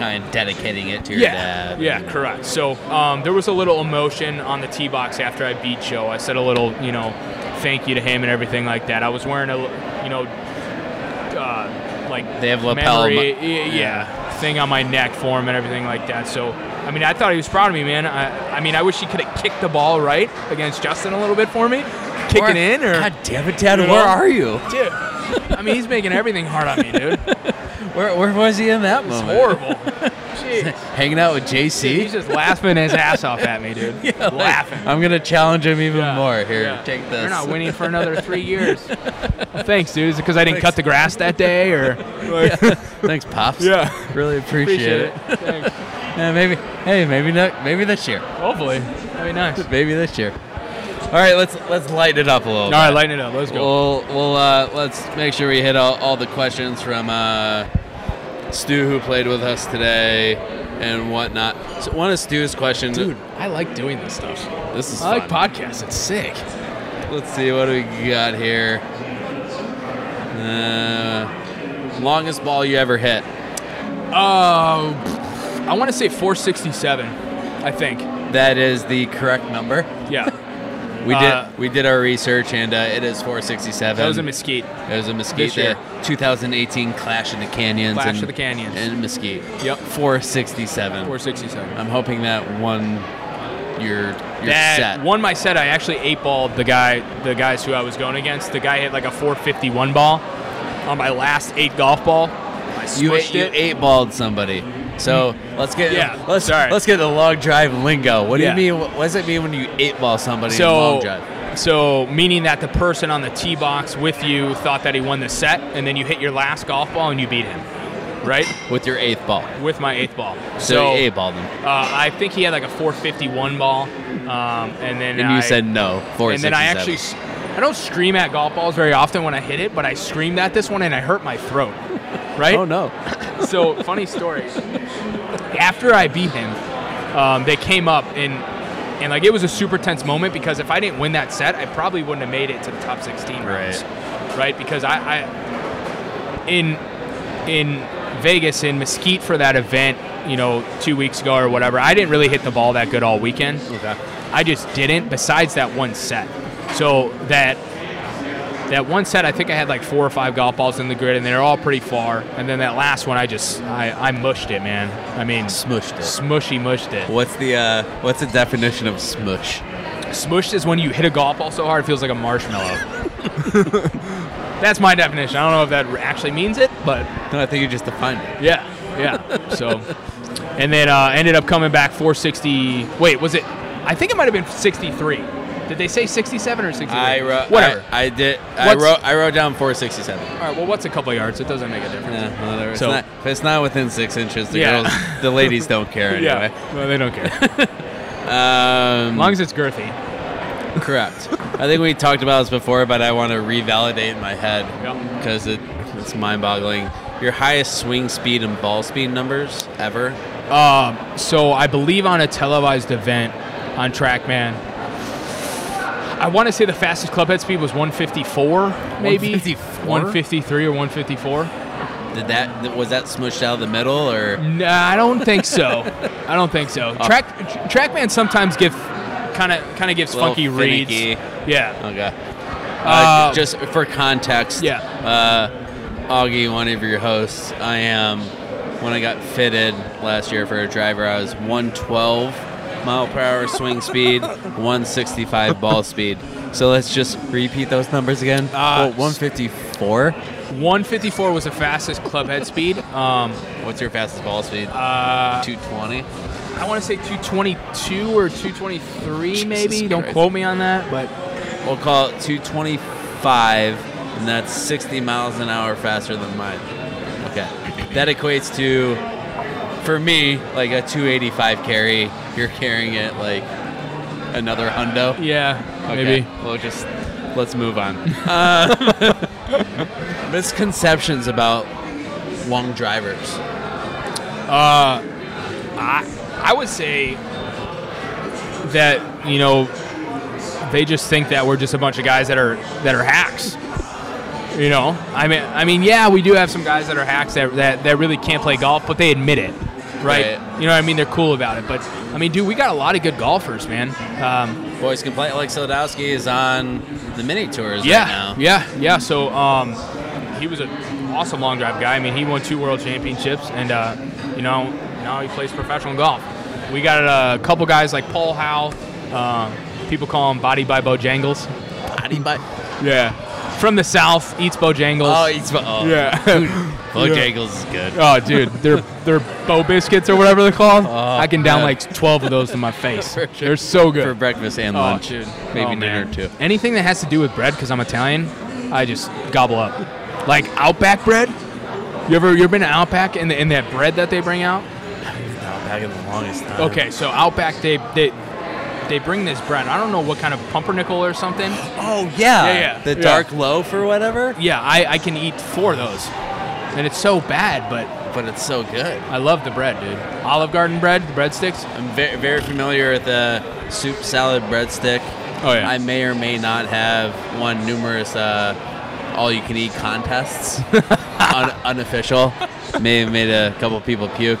S4: kind of dedicating it to your
S3: yeah,
S4: dad.
S3: yeah, correct. So um, there was a little emotion on the tee box after I beat Joe. I said a little, you know, thank you to him and everything like that. I was wearing a, l- you know, uh, like
S4: They have lapel
S3: memory,
S4: ma-
S3: yeah, yeah, thing on my neck for him and everything like that. So I mean, I thought he was proud of me, man. I, I mean, I wish he could have kicked the ball right against Justin a little bit for me, kick
S4: Or-
S3: it in or.
S4: God damn it, Dad!
S3: You know?
S4: Where are you?
S3: Dude, I mean, he's making everything hard on me, dude.
S4: Where, where was he in that
S3: It's
S4: moment?
S3: horrible. Jeez.
S4: Hanging out with
S3: Dude, he's
S4: JC.
S3: just laughing his ass off at me, dude.
S4: Yeah, like,
S3: laughing.
S4: I'm gonna challenge him even
S3: Yeah,
S4: more. Here,
S3: yeah.
S4: take this.
S3: You're not winning for another three years. Thanks, dude. Is it because I didn't cut the grass that day, or
S4: Thanks, pops.
S3: Yeah.
S4: really appreciate, it.
S3: Thanks.
S4: Yeah, maybe. Hey, maybe not. Maybe this year.
S3: Hopefully, that'd be nice. All
S4: Maybe this year. All right, let's let's lighten it up a little. bit.
S3: right, lighten it up. Let's go.
S4: We'll, we'll uh, let's make sure we hit all, all the questions from uh, Stu, who played with us today, and whatnot. So one of Stu's questions.
S3: I like doing this stuff.
S4: this is
S3: I like
S4: fun.
S3: podcasts. It's sick.
S4: Let's see what do we got here. Uh, longest ball you ever hit?
S3: Uh, I want to say 467. I think.
S4: That is the correct number.
S3: Yeah,
S4: We
S3: Uh,
S4: did we did our research, and uh, it is 467.
S3: that was a mesquite.
S4: It was a mesquite.
S3: This year.
S4: the 2018 Clash of the Canyons.
S3: Clash
S4: and,
S3: of the Canyons.
S4: And mesquite.
S3: Yep.
S4: 467.
S3: 467.
S4: I'm hoping that one your your
S3: that
S4: set.
S3: won my set. I actually eight balled the guy, the guys who I was going against. The guy hit like a 451 ball on my last eight golf ball. I
S4: you
S3: smushed
S4: eight, you
S3: it.
S4: eight balled somebody. So let's get
S3: Yeah,
S4: let's
S3: sorry.
S4: let's get the long drive lingo. What do
S3: Yeah.
S4: you mean? What does it mean when you eight ball somebody in long drive?
S3: so, so meaning that the person on the tee box with you thought that he won the set, and then you hit your last golf ball and you beat him, right?
S4: With your eighth ball.
S3: With my eighth ball.
S4: So, you eight balled them.
S3: uh, I think he had like a 451 ball, um, and then
S4: And, you
S3: I-
S4: said no. Four
S3: and then I actually, s- I don't scream at golf balls very often when I hit it, but I screamed at this one and I hurt my throat. Right?
S4: Oh no.
S3: So funny story. After I beat him, um, they came up and and like it was a super tense moment because if I didn't win that set, I probably wouldn't have made it to the top 16 rounds. Right. Because I, I in in Vegas in Mesquite for that event, you know, two weeks ago or whatever, I didn't really hit the ball that good all weekend.
S4: Okay.
S3: I just didn't. Besides that one set, so that that one set, I think I had like four or five golf balls in the grid, and they're all pretty far. And then that last one, I just I, I mushed it, man. I mean,
S4: Smushed it.
S3: smushy mushed it.
S4: What's the uh, what's the definition of smush?
S3: Smushed is when you hit a golf ball so hard it feels like a marshmallow. That's my definition. I don't know if that actually means it, but
S4: No, I think you just defined it.
S3: yeah, yeah. So, and then uh, ended up coming back 460. Wait, was it? I think it might have been 63. Did they say 67 or 63?
S4: I wrote
S3: Whatever.
S4: I, I did. I
S3: What's-
S4: wrote. I wrote down 467.
S3: All right. Well, what's a couple yards? It doesn't make a difference.
S4: Yeah, whatever. It's
S3: So-
S4: not, if it's not within six inches, the
S3: Yeah.
S4: girls, the ladies don't care anyway.
S3: Well, they don't care.
S4: Um,
S3: As long as it's girthy.
S4: correct. I think we talked about this before, but I want to revalidate in my head
S3: Yep.
S4: because it, it's mind-boggling. Your highest swing speed and ball speed numbers ever?
S3: Um, so I believe on a televised event on TrackMan, I want to say the fastest clubhead speed was 154, maybe
S4: 154?
S3: 153 or 154.
S4: Did that th- was that smushed out of the middle or?
S3: No, I don't think so. I don't think so.
S4: Oh.
S3: Track Trackman sometimes give kind of kind of gives
S4: Little
S3: funky reads.
S4: finicky.
S3: Yeah.
S4: Okay. Uh,
S3: Uh,
S4: just for context,
S3: Yeah.
S4: Uh, Augie, one of your hosts, I am. When I got fitted last year for a driver, I was 112 mile per hour swing speed, 165 ball speed. So let's just repeat those numbers again. Oh,
S3: Uh,
S4: Well, 154.
S3: 154 was the fastest clubhead speed. Um,
S4: What's your fastest ball speed?
S3: uh,
S4: 220.
S3: I want to say 222 or 223, maybe.
S4: Jesus
S3: Don't
S4: Christ.
S3: quote me on that, but
S4: We'll call it 225, and that's 60 miles an hour faster than mine. Okay. That equates to, for me, like a 285 carry. You're carrying it like another hundo.
S3: yeah,
S4: Okay,
S3: maybe.
S4: We'll just, let's move on. Uh, misconceptions about long drivers.
S3: I I would say that you know they just think that we're just a bunch of guys that are that are hacks. You know, I mean, I mean, yeah, we do have some guys that are hacks that that, that really can't play golf, but they admit it, right?
S4: Right.
S3: You know, what I mean, they're cool about it. But I mean, dude, we got a lot of good golfers, man. Um,
S4: Boys can play. Like Soldowski is on the mini tours right
S3: yeah,
S4: now.
S3: yeah, yeah. So um, he was an awesome long drive guy. I mean, he won two world championships, and uh, you know now he plays professional golf. We got a couple guys like Paul Howe. Uh, people call him Body by Bojangles.
S4: Body by.
S3: Yeah, from the south, eats Bojangles.
S4: Oh, he's. Oh,
S3: yeah.
S4: Bojangles is good.
S3: Oh, dude, they're they're bow biscuits or whatever they're called. I can down like twelve of those to my face.
S4: Oh, For sure.
S3: They're so good
S4: For breakfast and
S3: Oh,
S4: lunch.
S3: dude.
S4: Maybe
S3: Oh,
S4: dinner
S3: man.
S4: too.
S3: Anything that has to do with bread, because I'm Italian, I just gobble up. Like Outback bread. You ever you ever been to Outback and, the, and that bread that they bring out?
S4: Back in the longest time.
S3: Okay, so Outback they they they bring this bread. I don't know what kind of pumpernickel or something.
S4: Oh yeah.
S3: Yeah, yeah.
S4: The
S3: Yeah.
S4: dark loaf or whatever.
S3: Yeah, I, I can eat four of those, and it's so bad, but
S4: But it's so good.
S3: I love the bread, dude. Olive Garden bread, the breadsticks.
S4: I'm very, very familiar with the soup salad breadstick.
S3: Oh, yeah.
S4: I may or may not have won numerous uh, all-you-can-eat contests, Un- unofficial. May have made a couple people puke.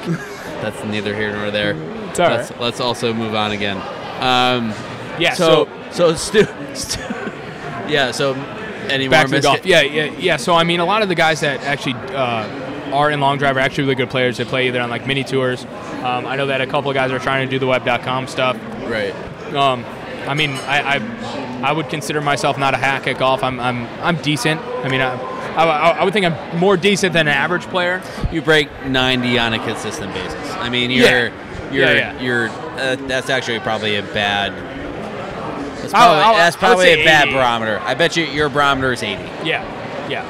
S4: That's neither here nor there.
S3: It's all
S4: let's, let's also move on again. Um,
S3: Yeah,
S4: so,
S3: so
S4: so, Stu, Stu- yeah. So, any
S3: back
S4: more
S3: to the
S4: mis-
S3: golf. Yeah, yeah, yeah. So I mean, a lot of the guys that actually uh, are in long drive are actually really good players. They play either on like mini tours. Um, I know that a couple of guys are trying to do the web.com stuff.
S4: Right.
S3: Um, I mean, I, I I would consider myself not a hack at golf. I'm I'm, I'm decent. I mean, I, I I would think I'm more decent than an average player.
S4: you break 90 on a consistent basis. I mean, you're
S3: Yeah.
S4: you're
S3: Yeah, yeah.
S4: you're uh, that's actually probably a bad that's
S3: I'll-
S4: probably,
S3: I'll-
S4: that's
S3: I would
S4: probably
S3: say
S4: a bad
S3: 80.
S4: barometer. I bet you your barometer is 80.
S3: Yeah, yeah,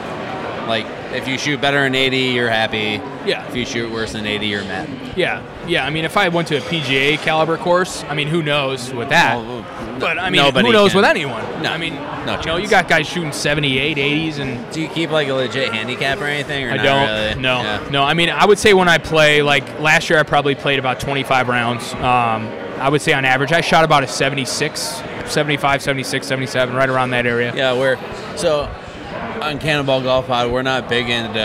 S4: Like if you shoot better than 80, you're happy.
S3: Yeah.
S4: If you shoot worse than 80, you're mad.
S3: yeah, yeah. I mean, if I went to a PGA caliber course, I mean, who knows with that?
S4: Well, n-
S3: But I mean,
S4: nobody
S3: who knows
S4: can.
S3: with anyone?
S4: No,
S3: I mean,
S4: no
S3: you know, you
S4: chance.
S3: got guys shooting 78, 80s, and
S4: Do you keep like a legit handicap or anything? Or
S3: I
S4: not
S3: don't.
S4: really?
S3: No,
S4: Yeah.
S3: no. I mean, I would say when I play, like last year, I probably played about 25 rounds. Um, I would say on average, I shot about a 76, 75, 76, 77, right around that area.
S4: Yeah, we're so on Cannonball Golf Pod. We're not big into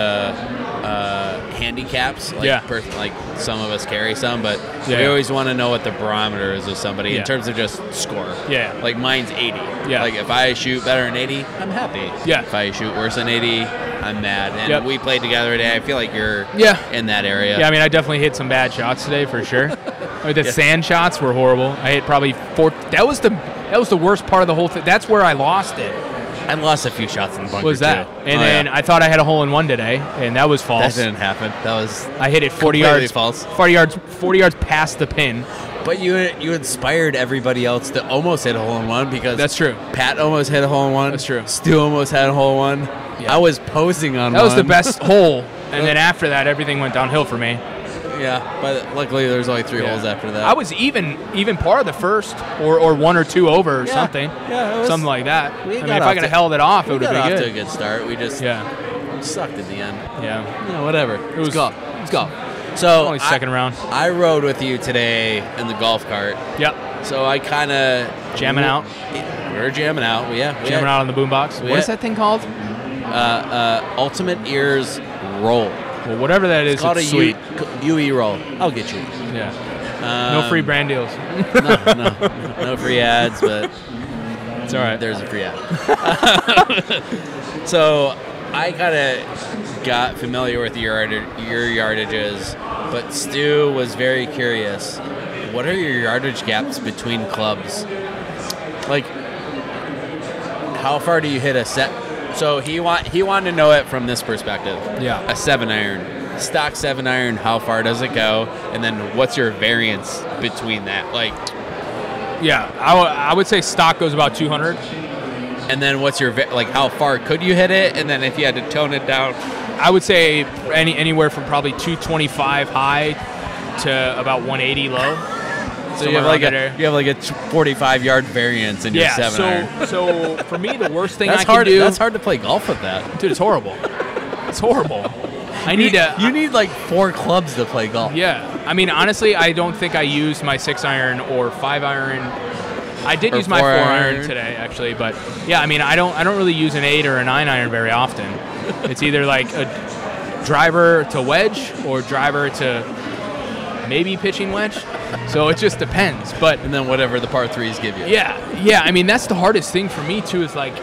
S4: uh, handicaps. Like,
S3: Yeah.
S4: Per, like some of us carry some, but we
S3: Yeah.
S4: always want to know what the barometer is of somebody in
S3: Yeah.
S4: terms of just score.
S3: Yeah.
S4: Like mine's 80.
S3: Yeah.
S4: Like if I shoot better than 80, I'm happy.
S3: Yeah.
S4: If I shoot worse than 80, I'm mad. And
S3: Yep.
S4: we played together today. I feel like you're
S3: Yeah.
S4: in that area.
S3: Yeah, I mean, I definitely hit some bad shots today for sure. I mean, the sand shots were horrible. I hit probably four. That was the that was the worst part of the whole thing. That's where I lost it.
S4: I lost a few shots in the bunker
S3: Was that?
S4: too.
S3: And
S4: Oh,
S3: then
S4: yeah.
S3: I thought I had a hole in one today, and that was false.
S4: that didn't happen. That was.
S3: I hit it 40
S4: Completely
S3: yards.
S4: false.
S3: 40 yards. 40 yards past the pin.
S4: But you you inspired everybody else to almost hit a hole in one because
S3: That's true.
S4: Pat almost hit a hole in one.
S3: That's true.
S4: Stu almost had a hole in one.
S3: Yeah.
S4: I was posing on
S3: That was the
S4: one.
S3: best hole. And then after that, everything went downhill for me.
S4: yeah, but luckily there's only three holes after that.
S3: I was even even par of the first, or, or one or two over, or
S4: Yeah.
S3: something,
S4: Yeah, it was-
S3: something like that.
S4: we
S3: I mean,
S4: got
S3: if
S4: off
S3: I could
S4: to-
S3: have held it off, it
S4: We
S3: would
S4: got off
S3: have been
S4: to a
S3: good.
S4: good start. We just
S3: Yeah,
S4: sucked at the end.
S3: yeah.
S4: Yeah, whatever. It
S3: was-
S4: Let's go. Let's go. So
S3: Only
S4: I-
S3: second round.
S4: I rode with you today in the golf cart,
S3: Yep.
S4: so I kind of
S3: Jamming out.
S4: We were jamming out. Yeah, we
S3: Jamming
S4: had-
S3: out on the boombox.
S4: we
S3: What is
S4: had-
S3: that thing called?
S4: Uh, uh, Ultimate Ears Roll.
S3: Well, whatever that is,
S4: It's called
S3: it's,
S4: a
S3: sweet.
S4: U- UE roll. I'll get you.
S3: yeah.
S4: Um,
S3: No free brand deals.
S4: no, no, no free ads, but
S3: It's all right.
S4: there's a free ad. so I kind of got familiar with your yard- your yardages, but Stu was very curious. What are your yardage gaps between clubs? Like, how far do you hit a set? So he want he wanted to know it from this perspective.
S3: Yeah.
S4: a seven iron, stock seven iron. How far does it go? And then what's your variance between that? Like,
S3: Yeah, I, w- I would say stock goes about 200.
S4: and then what's your va- like how far could you hit it and then if you had to tone it down
S3: I would say any anywhere from probably 225 high to about 180 low.
S4: so you have
S3: Somewhere
S4: like
S3: around
S4: a
S3: there.
S4: you have like a t- 45 yard variance in your seven iron
S3: so so for me the worst thing
S4: that's
S3: I
S4: hard
S3: can do
S4: that's hard to play golf with that
S3: dude it's horrible it's horrible I need to uh,
S4: you need like four clubs to play golf
S3: yeah I mean honestly I don't think I used my six iron or five iron I did
S4: Or
S3: use my four
S4: four
S3: iron.
S4: iron.
S3: today actually, but yeah, I mean, I don't I don't really use an eight or a nine iron very often. it's either like a driver to wedge or driver to maybe pitching wedge. So it just depends, but
S4: and then whatever the par threes give you.
S3: yeah, yeah. I mean, that's the hardest thing for me too. Is like,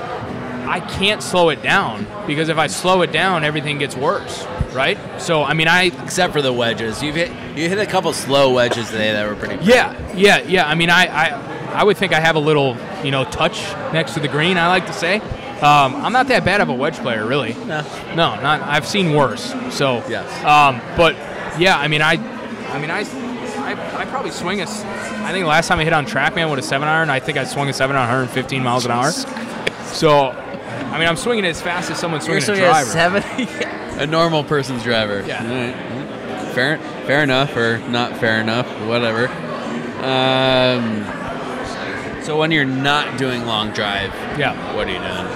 S3: I can't slow it down because if I slow it down, everything gets worse, right? So I mean, I
S4: Except for the wedges, you've hit you hit a couple slow wedges today that were pretty.
S3: yeah, yeah, yeah. I mean, I I, I would think I have a little you know touch next to the green. I like to say. Um, I'm not that bad of a wedge player, really.
S4: No.
S3: No, not. I've seen worse. So.
S4: Yes.
S3: Um, but yeah, I mean, I, I mean, I, I, I probably swing a. s- I think last time I hit on Trackman with a seven iron, I think I swung a seven iron 115 miles an hour. So, I mean, I'm swinging it as fast as someone swinging a driver.
S4: a normal person's driver.
S3: Yeah.
S4: Fair, fair enough, or not fair enough, whatever. Um, so when you're not doing long drive,
S3: Yeah.
S4: what are you doing?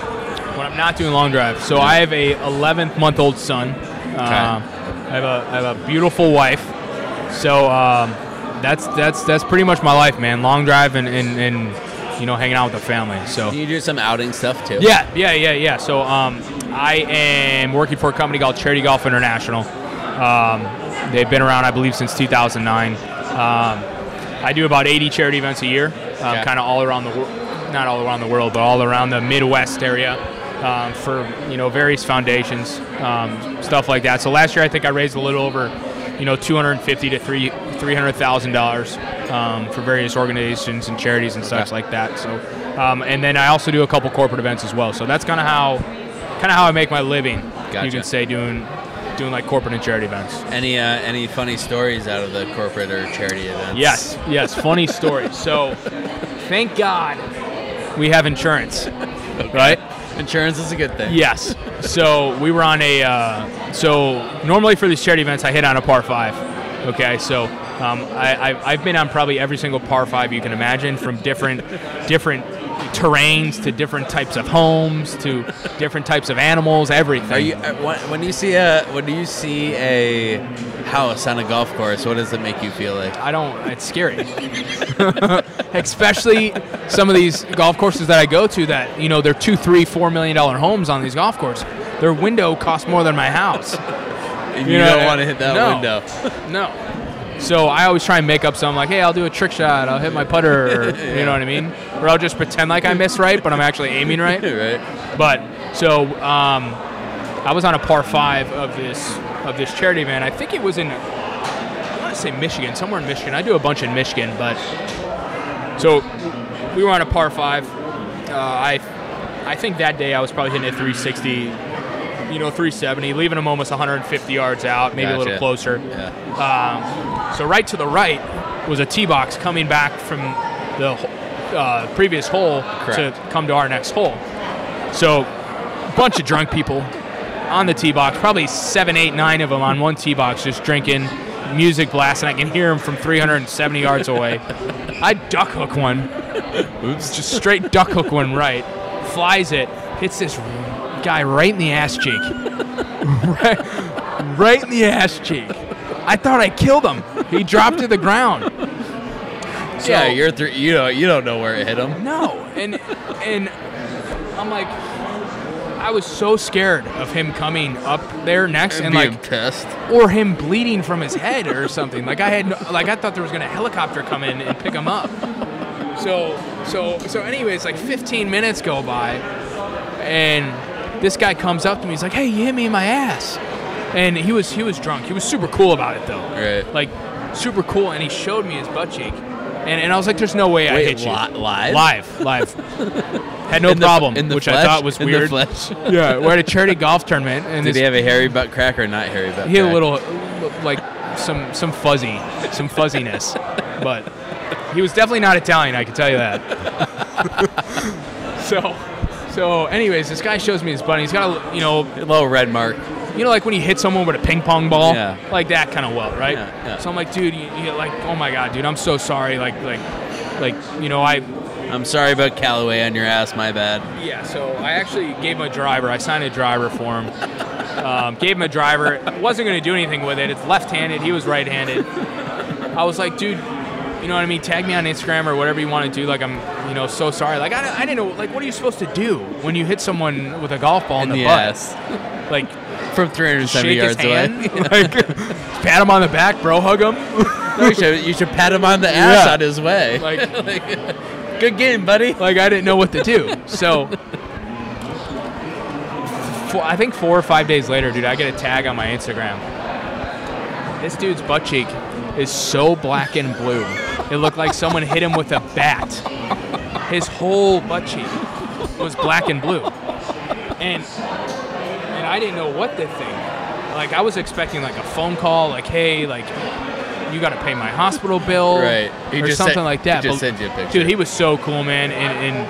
S3: When I'm not doing long drive, so I have a 11 month old son. Uh, I have a I have a beautiful wife. So um, that's that's that's pretty much my life, man. Long drive and and, and you know hanging out with the family. So.
S4: Do you do some outing stuff too?
S3: Yeah, yeah, yeah, yeah. So um, I am working for a company called Charity Golf International. Um, they've been around, I believe, since 2009. Um, I do about 80 charity events a year, um,
S4: Okay.
S3: kind of all around the world, not all around the world, but all around the Midwest area um, for you know various foundations, um, stuff like that. So last year, I think I raised a little over, you know, 250 to three. Three hundred thousand dollars um, for various organizations and charities and such
S4: Okay.
S3: like that. So, um, and then I also do a couple corporate events as well. So that's kind of how, kind of how I make my living. You
S4: Gotcha.
S3: can say doing, doing like corporate and charity events.
S4: Any uh, any funny stories out of the corporate or charity events?
S3: Yes, yes. Funny story. So, thank God we have insurance, right?
S4: Insurance is a good thing.
S3: Yes. So we were on a. Uh, so normally for these charity events, I hit on a par five. Okay, so um, I, I, I've been on probably every single par five you can imagine, from different different terrains to different types of homes to different types of animals, everything.
S4: Are you uh, when, when you see a when do you see a house on a golf course? What does it make you feel like?
S3: I don't. It's scary, especially some of these golf courses that I go to. That you know, they're two, three, four million dollar homes on these golf courses. Their window costs more than my house.
S4: And
S3: You
S4: you,
S3: know,
S4: don't want to hit that
S3: no.
S4: window.
S3: No. So I always try and make up some like, hey, I'll do a trick shot, I'll hit my putter, or, you know what I mean? Or I'll just pretend like I miss right, but I'm actually aiming right.
S4: right?
S3: But so um, I was on a par five of this of this charity event. I think it was in I want to say Michigan, somewhere in Michigan. I do a bunch in Michigan, but so we were on a par five. Uh, I I think that day I was probably hitting a 360, you know, 370, leaving them almost 150 yards out, maybe a little
S4: Gotcha.
S3: closer.
S4: Yeah.
S3: So right to the right was a tee box coming back from the uh, previous hole
S4: Correct.
S3: to come to our next hole. So bunch of drunk people on the tee box, probably seven, eight, nine of them on one tee box, just drinking, music blasting. I can hear them from 370 yards away. I duck hook one. Oops. Just straight duck hook one right. Flies it. Hits this guy right in the ass cheek. right, right in the ass cheek. I thought I killed him. He dropped to the ground. So-
S4: yeah, you're three. You don't you don't know where it hit him.
S3: no, and and I'm like, I was so scared of him coming up there next and
S4: Being
S3: like,
S4: pissed.
S3: or him bleeding from his head or something. Like I had, no, like I thought there was gonna helicopter come in and pick him up. So so so. Anyways, like 15 minutes go by, and this guy comes up to me. He's like, "Hey, you hit me in my ass," and he was he was drunk. He was super cool about it though.
S4: Right.
S3: Like super cool, and he showed me his butt cheek. And, and I was like, there's no way I
S4: Wait,
S3: hit you.
S4: li- live?
S3: Live, live. Had no
S4: In the-
S3: problem,
S4: in the
S3: which I
S4: flesh?
S3: thought was
S4: In the
S3: weird.
S4: flesh?
S3: yeah, we're at a charity golf tournament, and
S4: Did
S3: this
S4: he have a hairy butt crack or not hairy butt?
S3: he had a
S4: crack?
S3: little like some some fuzzy, some fuzziness, but he was definitely not Italian. I can tell you that. so, so anyways, this guy shows me his bunny. He's got a you know
S4: A little red mark.
S3: you know, like when you hit someone with a ping pong ball,
S4: Yeah.
S3: like that kind of well, right?
S4: Yeah, yeah.
S3: So I'm like, dude, you, you like, oh my god, dude, I'm so sorry, like, like, like, you know, I,
S4: I'm sorry about Callaway on your ass. My bad.
S3: yeah. So I actually gave him a driver. I signed a driver for him. Um, gave him a driver. Wasn't going to do anything with it. It's left-handed. He was right-handed. I was like, dude, you know what I mean? Tag me on Instagram or whatever you want to do. Like, I'm, you know, so sorry. Like, I, don't- I didn't know. Like, what are you supposed to do when you hit someone with a golf ball in,
S4: in the,
S3: the,
S4: ass
S3: butt? Like,
S4: from 370
S3: shake his
S4: E yards
S3: hand?
S4: away.
S3: like, pat him on the back, bro. Hug him.
S4: No, you, should, you should pat him on the ass
S3: Yeah.
S4: on his way.
S3: Like-
S4: Like, good game, buddy.
S3: like I didn't know what to do. So, fo- I think four or five days later, dude, I get a tag on my Instagram. This dude's butt cheek is so black and blue. It looked like someone hit him with a bat. His whole butt cheek was black and blue, and and I didn't know what to think. Like I was expecting like a phone call, like hey, like you got to pay my hospital bill,
S4: Right. He
S3: or
S4: just
S3: something
S4: sent-
S3: like that.
S4: he just
S3: But-
S4: sent you a picture.
S3: dude. He was so cool, man, and. and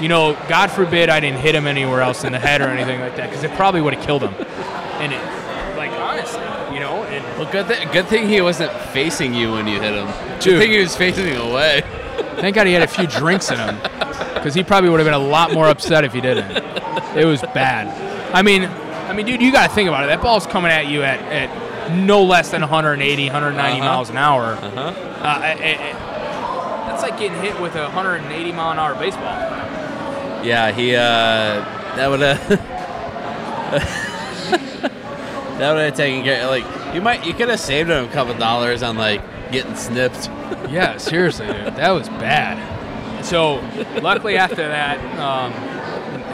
S3: you know, God forbid I didn't hit him anywhere else in the head or anything like that, because it probably would have killed him. And it, like, honestly, you know, and
S4: Well, good, thi- good thing he wasn't facing you when you hit him. Good
S3: Dude.
S4: thing he was facing away.
S3: thank God he had a few drinks in him, because he probably would have been a lot more upset if he didn't. It was bad. I mean, I mean, dude, you got to think about it. That ball's coming at you at, at no less than 180, 190
S4: Uh-huh.
S3: miles an hour. Uh-huh. that's like getting hit with a 180 mile an hour baseball.
S4: Yeah, he. uh That would have. that would have taken care. Like you might, you could have saved him a couple dollars on like getting snipped.
S3: Yeah, seriously, dude. That was bad. So, luckily after that, um,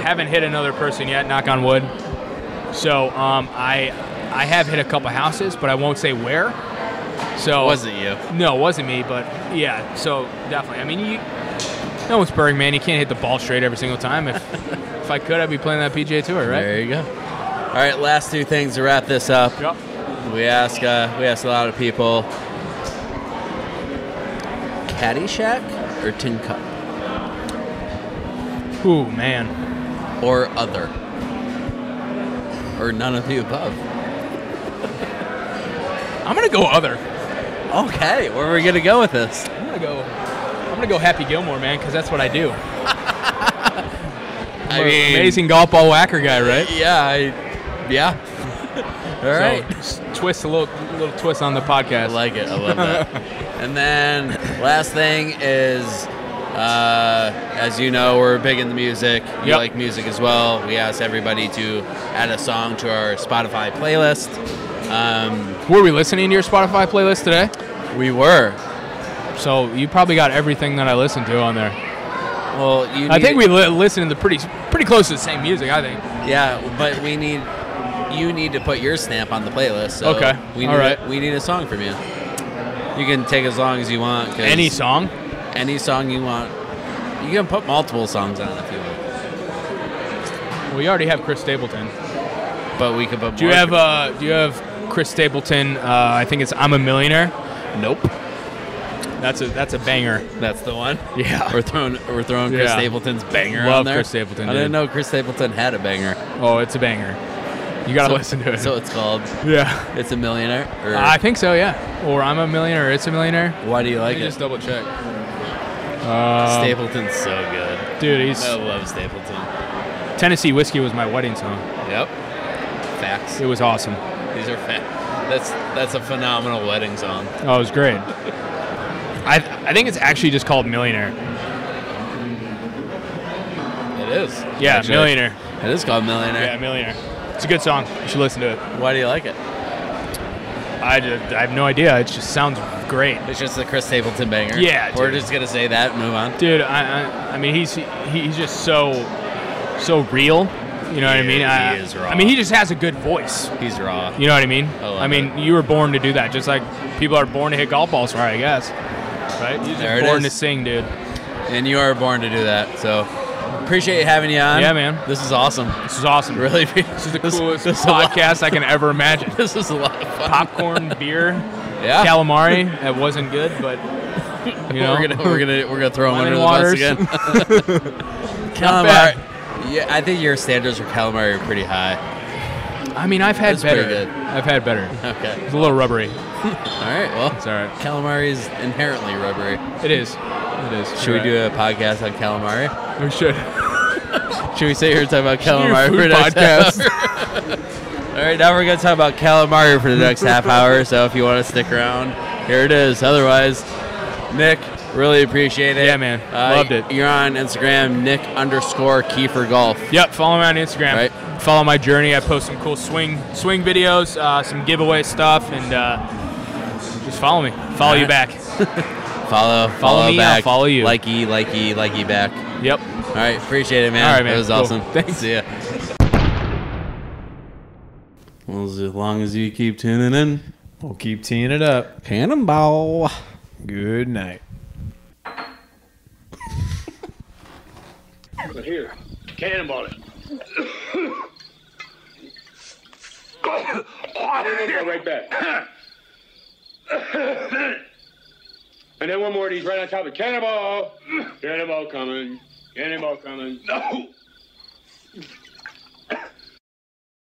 S3: haven't hit another person yet, knock on wood. So, um, I I have hit a couple houses, but I won't say where. So,
S4: Wasn't you?
S3: No, it wasn't me, but yeah, so definitely. I mean, you no one's Berg, man. You can't hit the ball straight every single time. If if I could, I'd be playing that PJ Tour, right?
S4: There you go. All right, last two things to wrap this up.
S3: Yep.
S4: We ask, uh, we ask a lot of people. Caddyshack or Tin Cup
S3: Ooh, man.
S4: or other or none of the above.
S3: I'm going to go other.
S4: Okay, where are we gonna go with this?
S3: I'm going to go I'm going to go Happy Gilmore, man, cuz that's what I do.
S4: I
S3: We're an amazing golf ball whacker guy, right?
S4: Yeah, I, yeah. All right.
S3: So, s- twist a little little twist on the podcast.
S4: I like it. I love that. and then last thing is, uh, as you know, we're big into music. You
S3: Yep.
S4: like music as well. We asked everybody to add a song to our Spotify playlist. Um,
S3: Were we listening to your Spotify playlist today?
S4: we were.
S3: So you probably got everything that I listened to on there.
S4: Well, you.
S3: I think
S4: need-
S3: we li- listened to the pretty pretty close to the same music. I think.
S4: Yeah, but we need. You need to put your stamp on the playlist. So
S3: Okay,
S4: We need,
S3: all right.
S4: We need a song from you. You can take as long as you want. 'cause
S3: Any song?
S4: any song you want. You can put multiple songs on if you want,
S3: We already have Chris Stapleton.
S4: but we could put.
S3: Do you
S4: more
S3: have uh Do you have Chris Stapleton? Uh, I think it's I'm a Millionaire.
S4: Nope.
S3: That's a that's a banger.
S4: That's the one.
S3: Yeah.
S4: We're throwing we're throwing Chris
S3: Yeah.
S4: Stapleton's banger
S3: Love
S4: on there.
S3: Chris Stapleton,
S4: I didn't
S3: dude.
S4: know Chris Stapleton had a banger.
S3: Oh, it's a banger. You gotta
S4: So-
S3: listen to it.
S4: So it's called
S3: yeah.
S4: It's a Millionaire. Or
S3: I think so. Yeah. Or I'm a Millionaire. It's a Millionaire.
S4: why do you
S3: Let
S4: like
S3: me
S4: it?
S3: just um, double check.
S4: Stapleton's so good.
S3: Dude, he's
S4: I love Stapleton.
S3: Tennessee whiskey was my wedding song.
S4: Yep. Facts.
S3: It was awesome.
S4: These are facts. That's that's a phenomenal wedding song.
S3: Oh, it was great. I I think it's actually just called Millionaire.
S4: It is.
S3: Yeah,
S4: actually.
S3: Millionaire.
S4: It is called Millionaire.
S3: Millionaire. It's a good song. You should listen to it.
S4: Why do you like it?
S3: I, ju- I have no idea. It just sounds great.
S4: It's just a Chris Stapleton banger.
S3: Yeah,
S4: We're
S3: dude.
S4: just gonna say that and move on.
S3: Dude, I I, I mean he's he, he's just so so real. You know what I
S4: He
S3: mean?
S4: is-
S3: I,
S4: he is raw.
S3: I mean he just has a good voice.
S4: He's raw.
S3: You know what I mean?
S4: love
S3: I mean you were born to do that, just like people are born to hit golf balls hard, I guess. Right? You're just
S4: There it
S3: born
S4: is.
S3: to sing, dude.
S4: And you are born to do that. So appreciate having you on.
S3: Yeah, man.
S4: This is awesome.
S3: This is awesome.
S4: Really.
S3: This is the
S4: this-
S3: coolest
S4: this is a lot-
S3: podcast I can ever imagine.
S4: This is a lot of fun.
S3: Popcorn, beer,
S4: Yeah.
S3: calamari. That wasn't good, but you know,
S4: we're gonna we're gonna we're gonna throw him
S3: Lemon
S4: under
S3: waters.
S4: the bus again. calamari.
S3: bad.
S4: Yeah, I think your standards for calamari are pretty high.
S3: I mean, I've had
S4: That's pretty
S3: better.
S4: good.
S3: I've had better.
S4: Okay.
S3: It's a little rubbery.
S4: All right. Well,
S3: It's all right.
S4: calamari is inherently rubbery.
S3: It is. It is.
S4: Should we do a podcast on
S3: do
S4: calamari?
S3: it? We should.
S4: Should we sit here and talk about
S3: do a
S4: calamari
S3: food
S4: for the next half
S3: podcast.
S4: hour? All right, now we're gonna talk about calamari for the next half hour. So if you want to stick around, here it is. Otherwise, Nick, really appreciate it. Uh,
S3: Yeah, man. Loved it.
S4: You're on Instagram, Nick underscore Kiefer Golf.
S3: Yep, follow me on Instagram.
S4: Right.
S3: Follow my journey. I post some cool swing swing videos, uh, some giveaway stuff, and uh, just follow me. Follow you back.
S4: Alright. Follow, follow,
S3: me, I'll
S4: back.
S3: follow you.
S4: Likey, likey, likey back.
S3: Yep.
S4: All right, appreciate it, man.
S3: All right, man.
S4: It was
S3: Cool.
S4: awesome.
S3: Thanks.
S4: See ya. Well, as long as you keep tuning in,
S5: We'll keep teeing it up.
S1: Cannonball.
S5: Good night.
S6: Here, cannonball it.
S2: Cannonball right back. and then one more of these right on top of cannonball. Cannonball coming. Cannonball coming.
S6: No.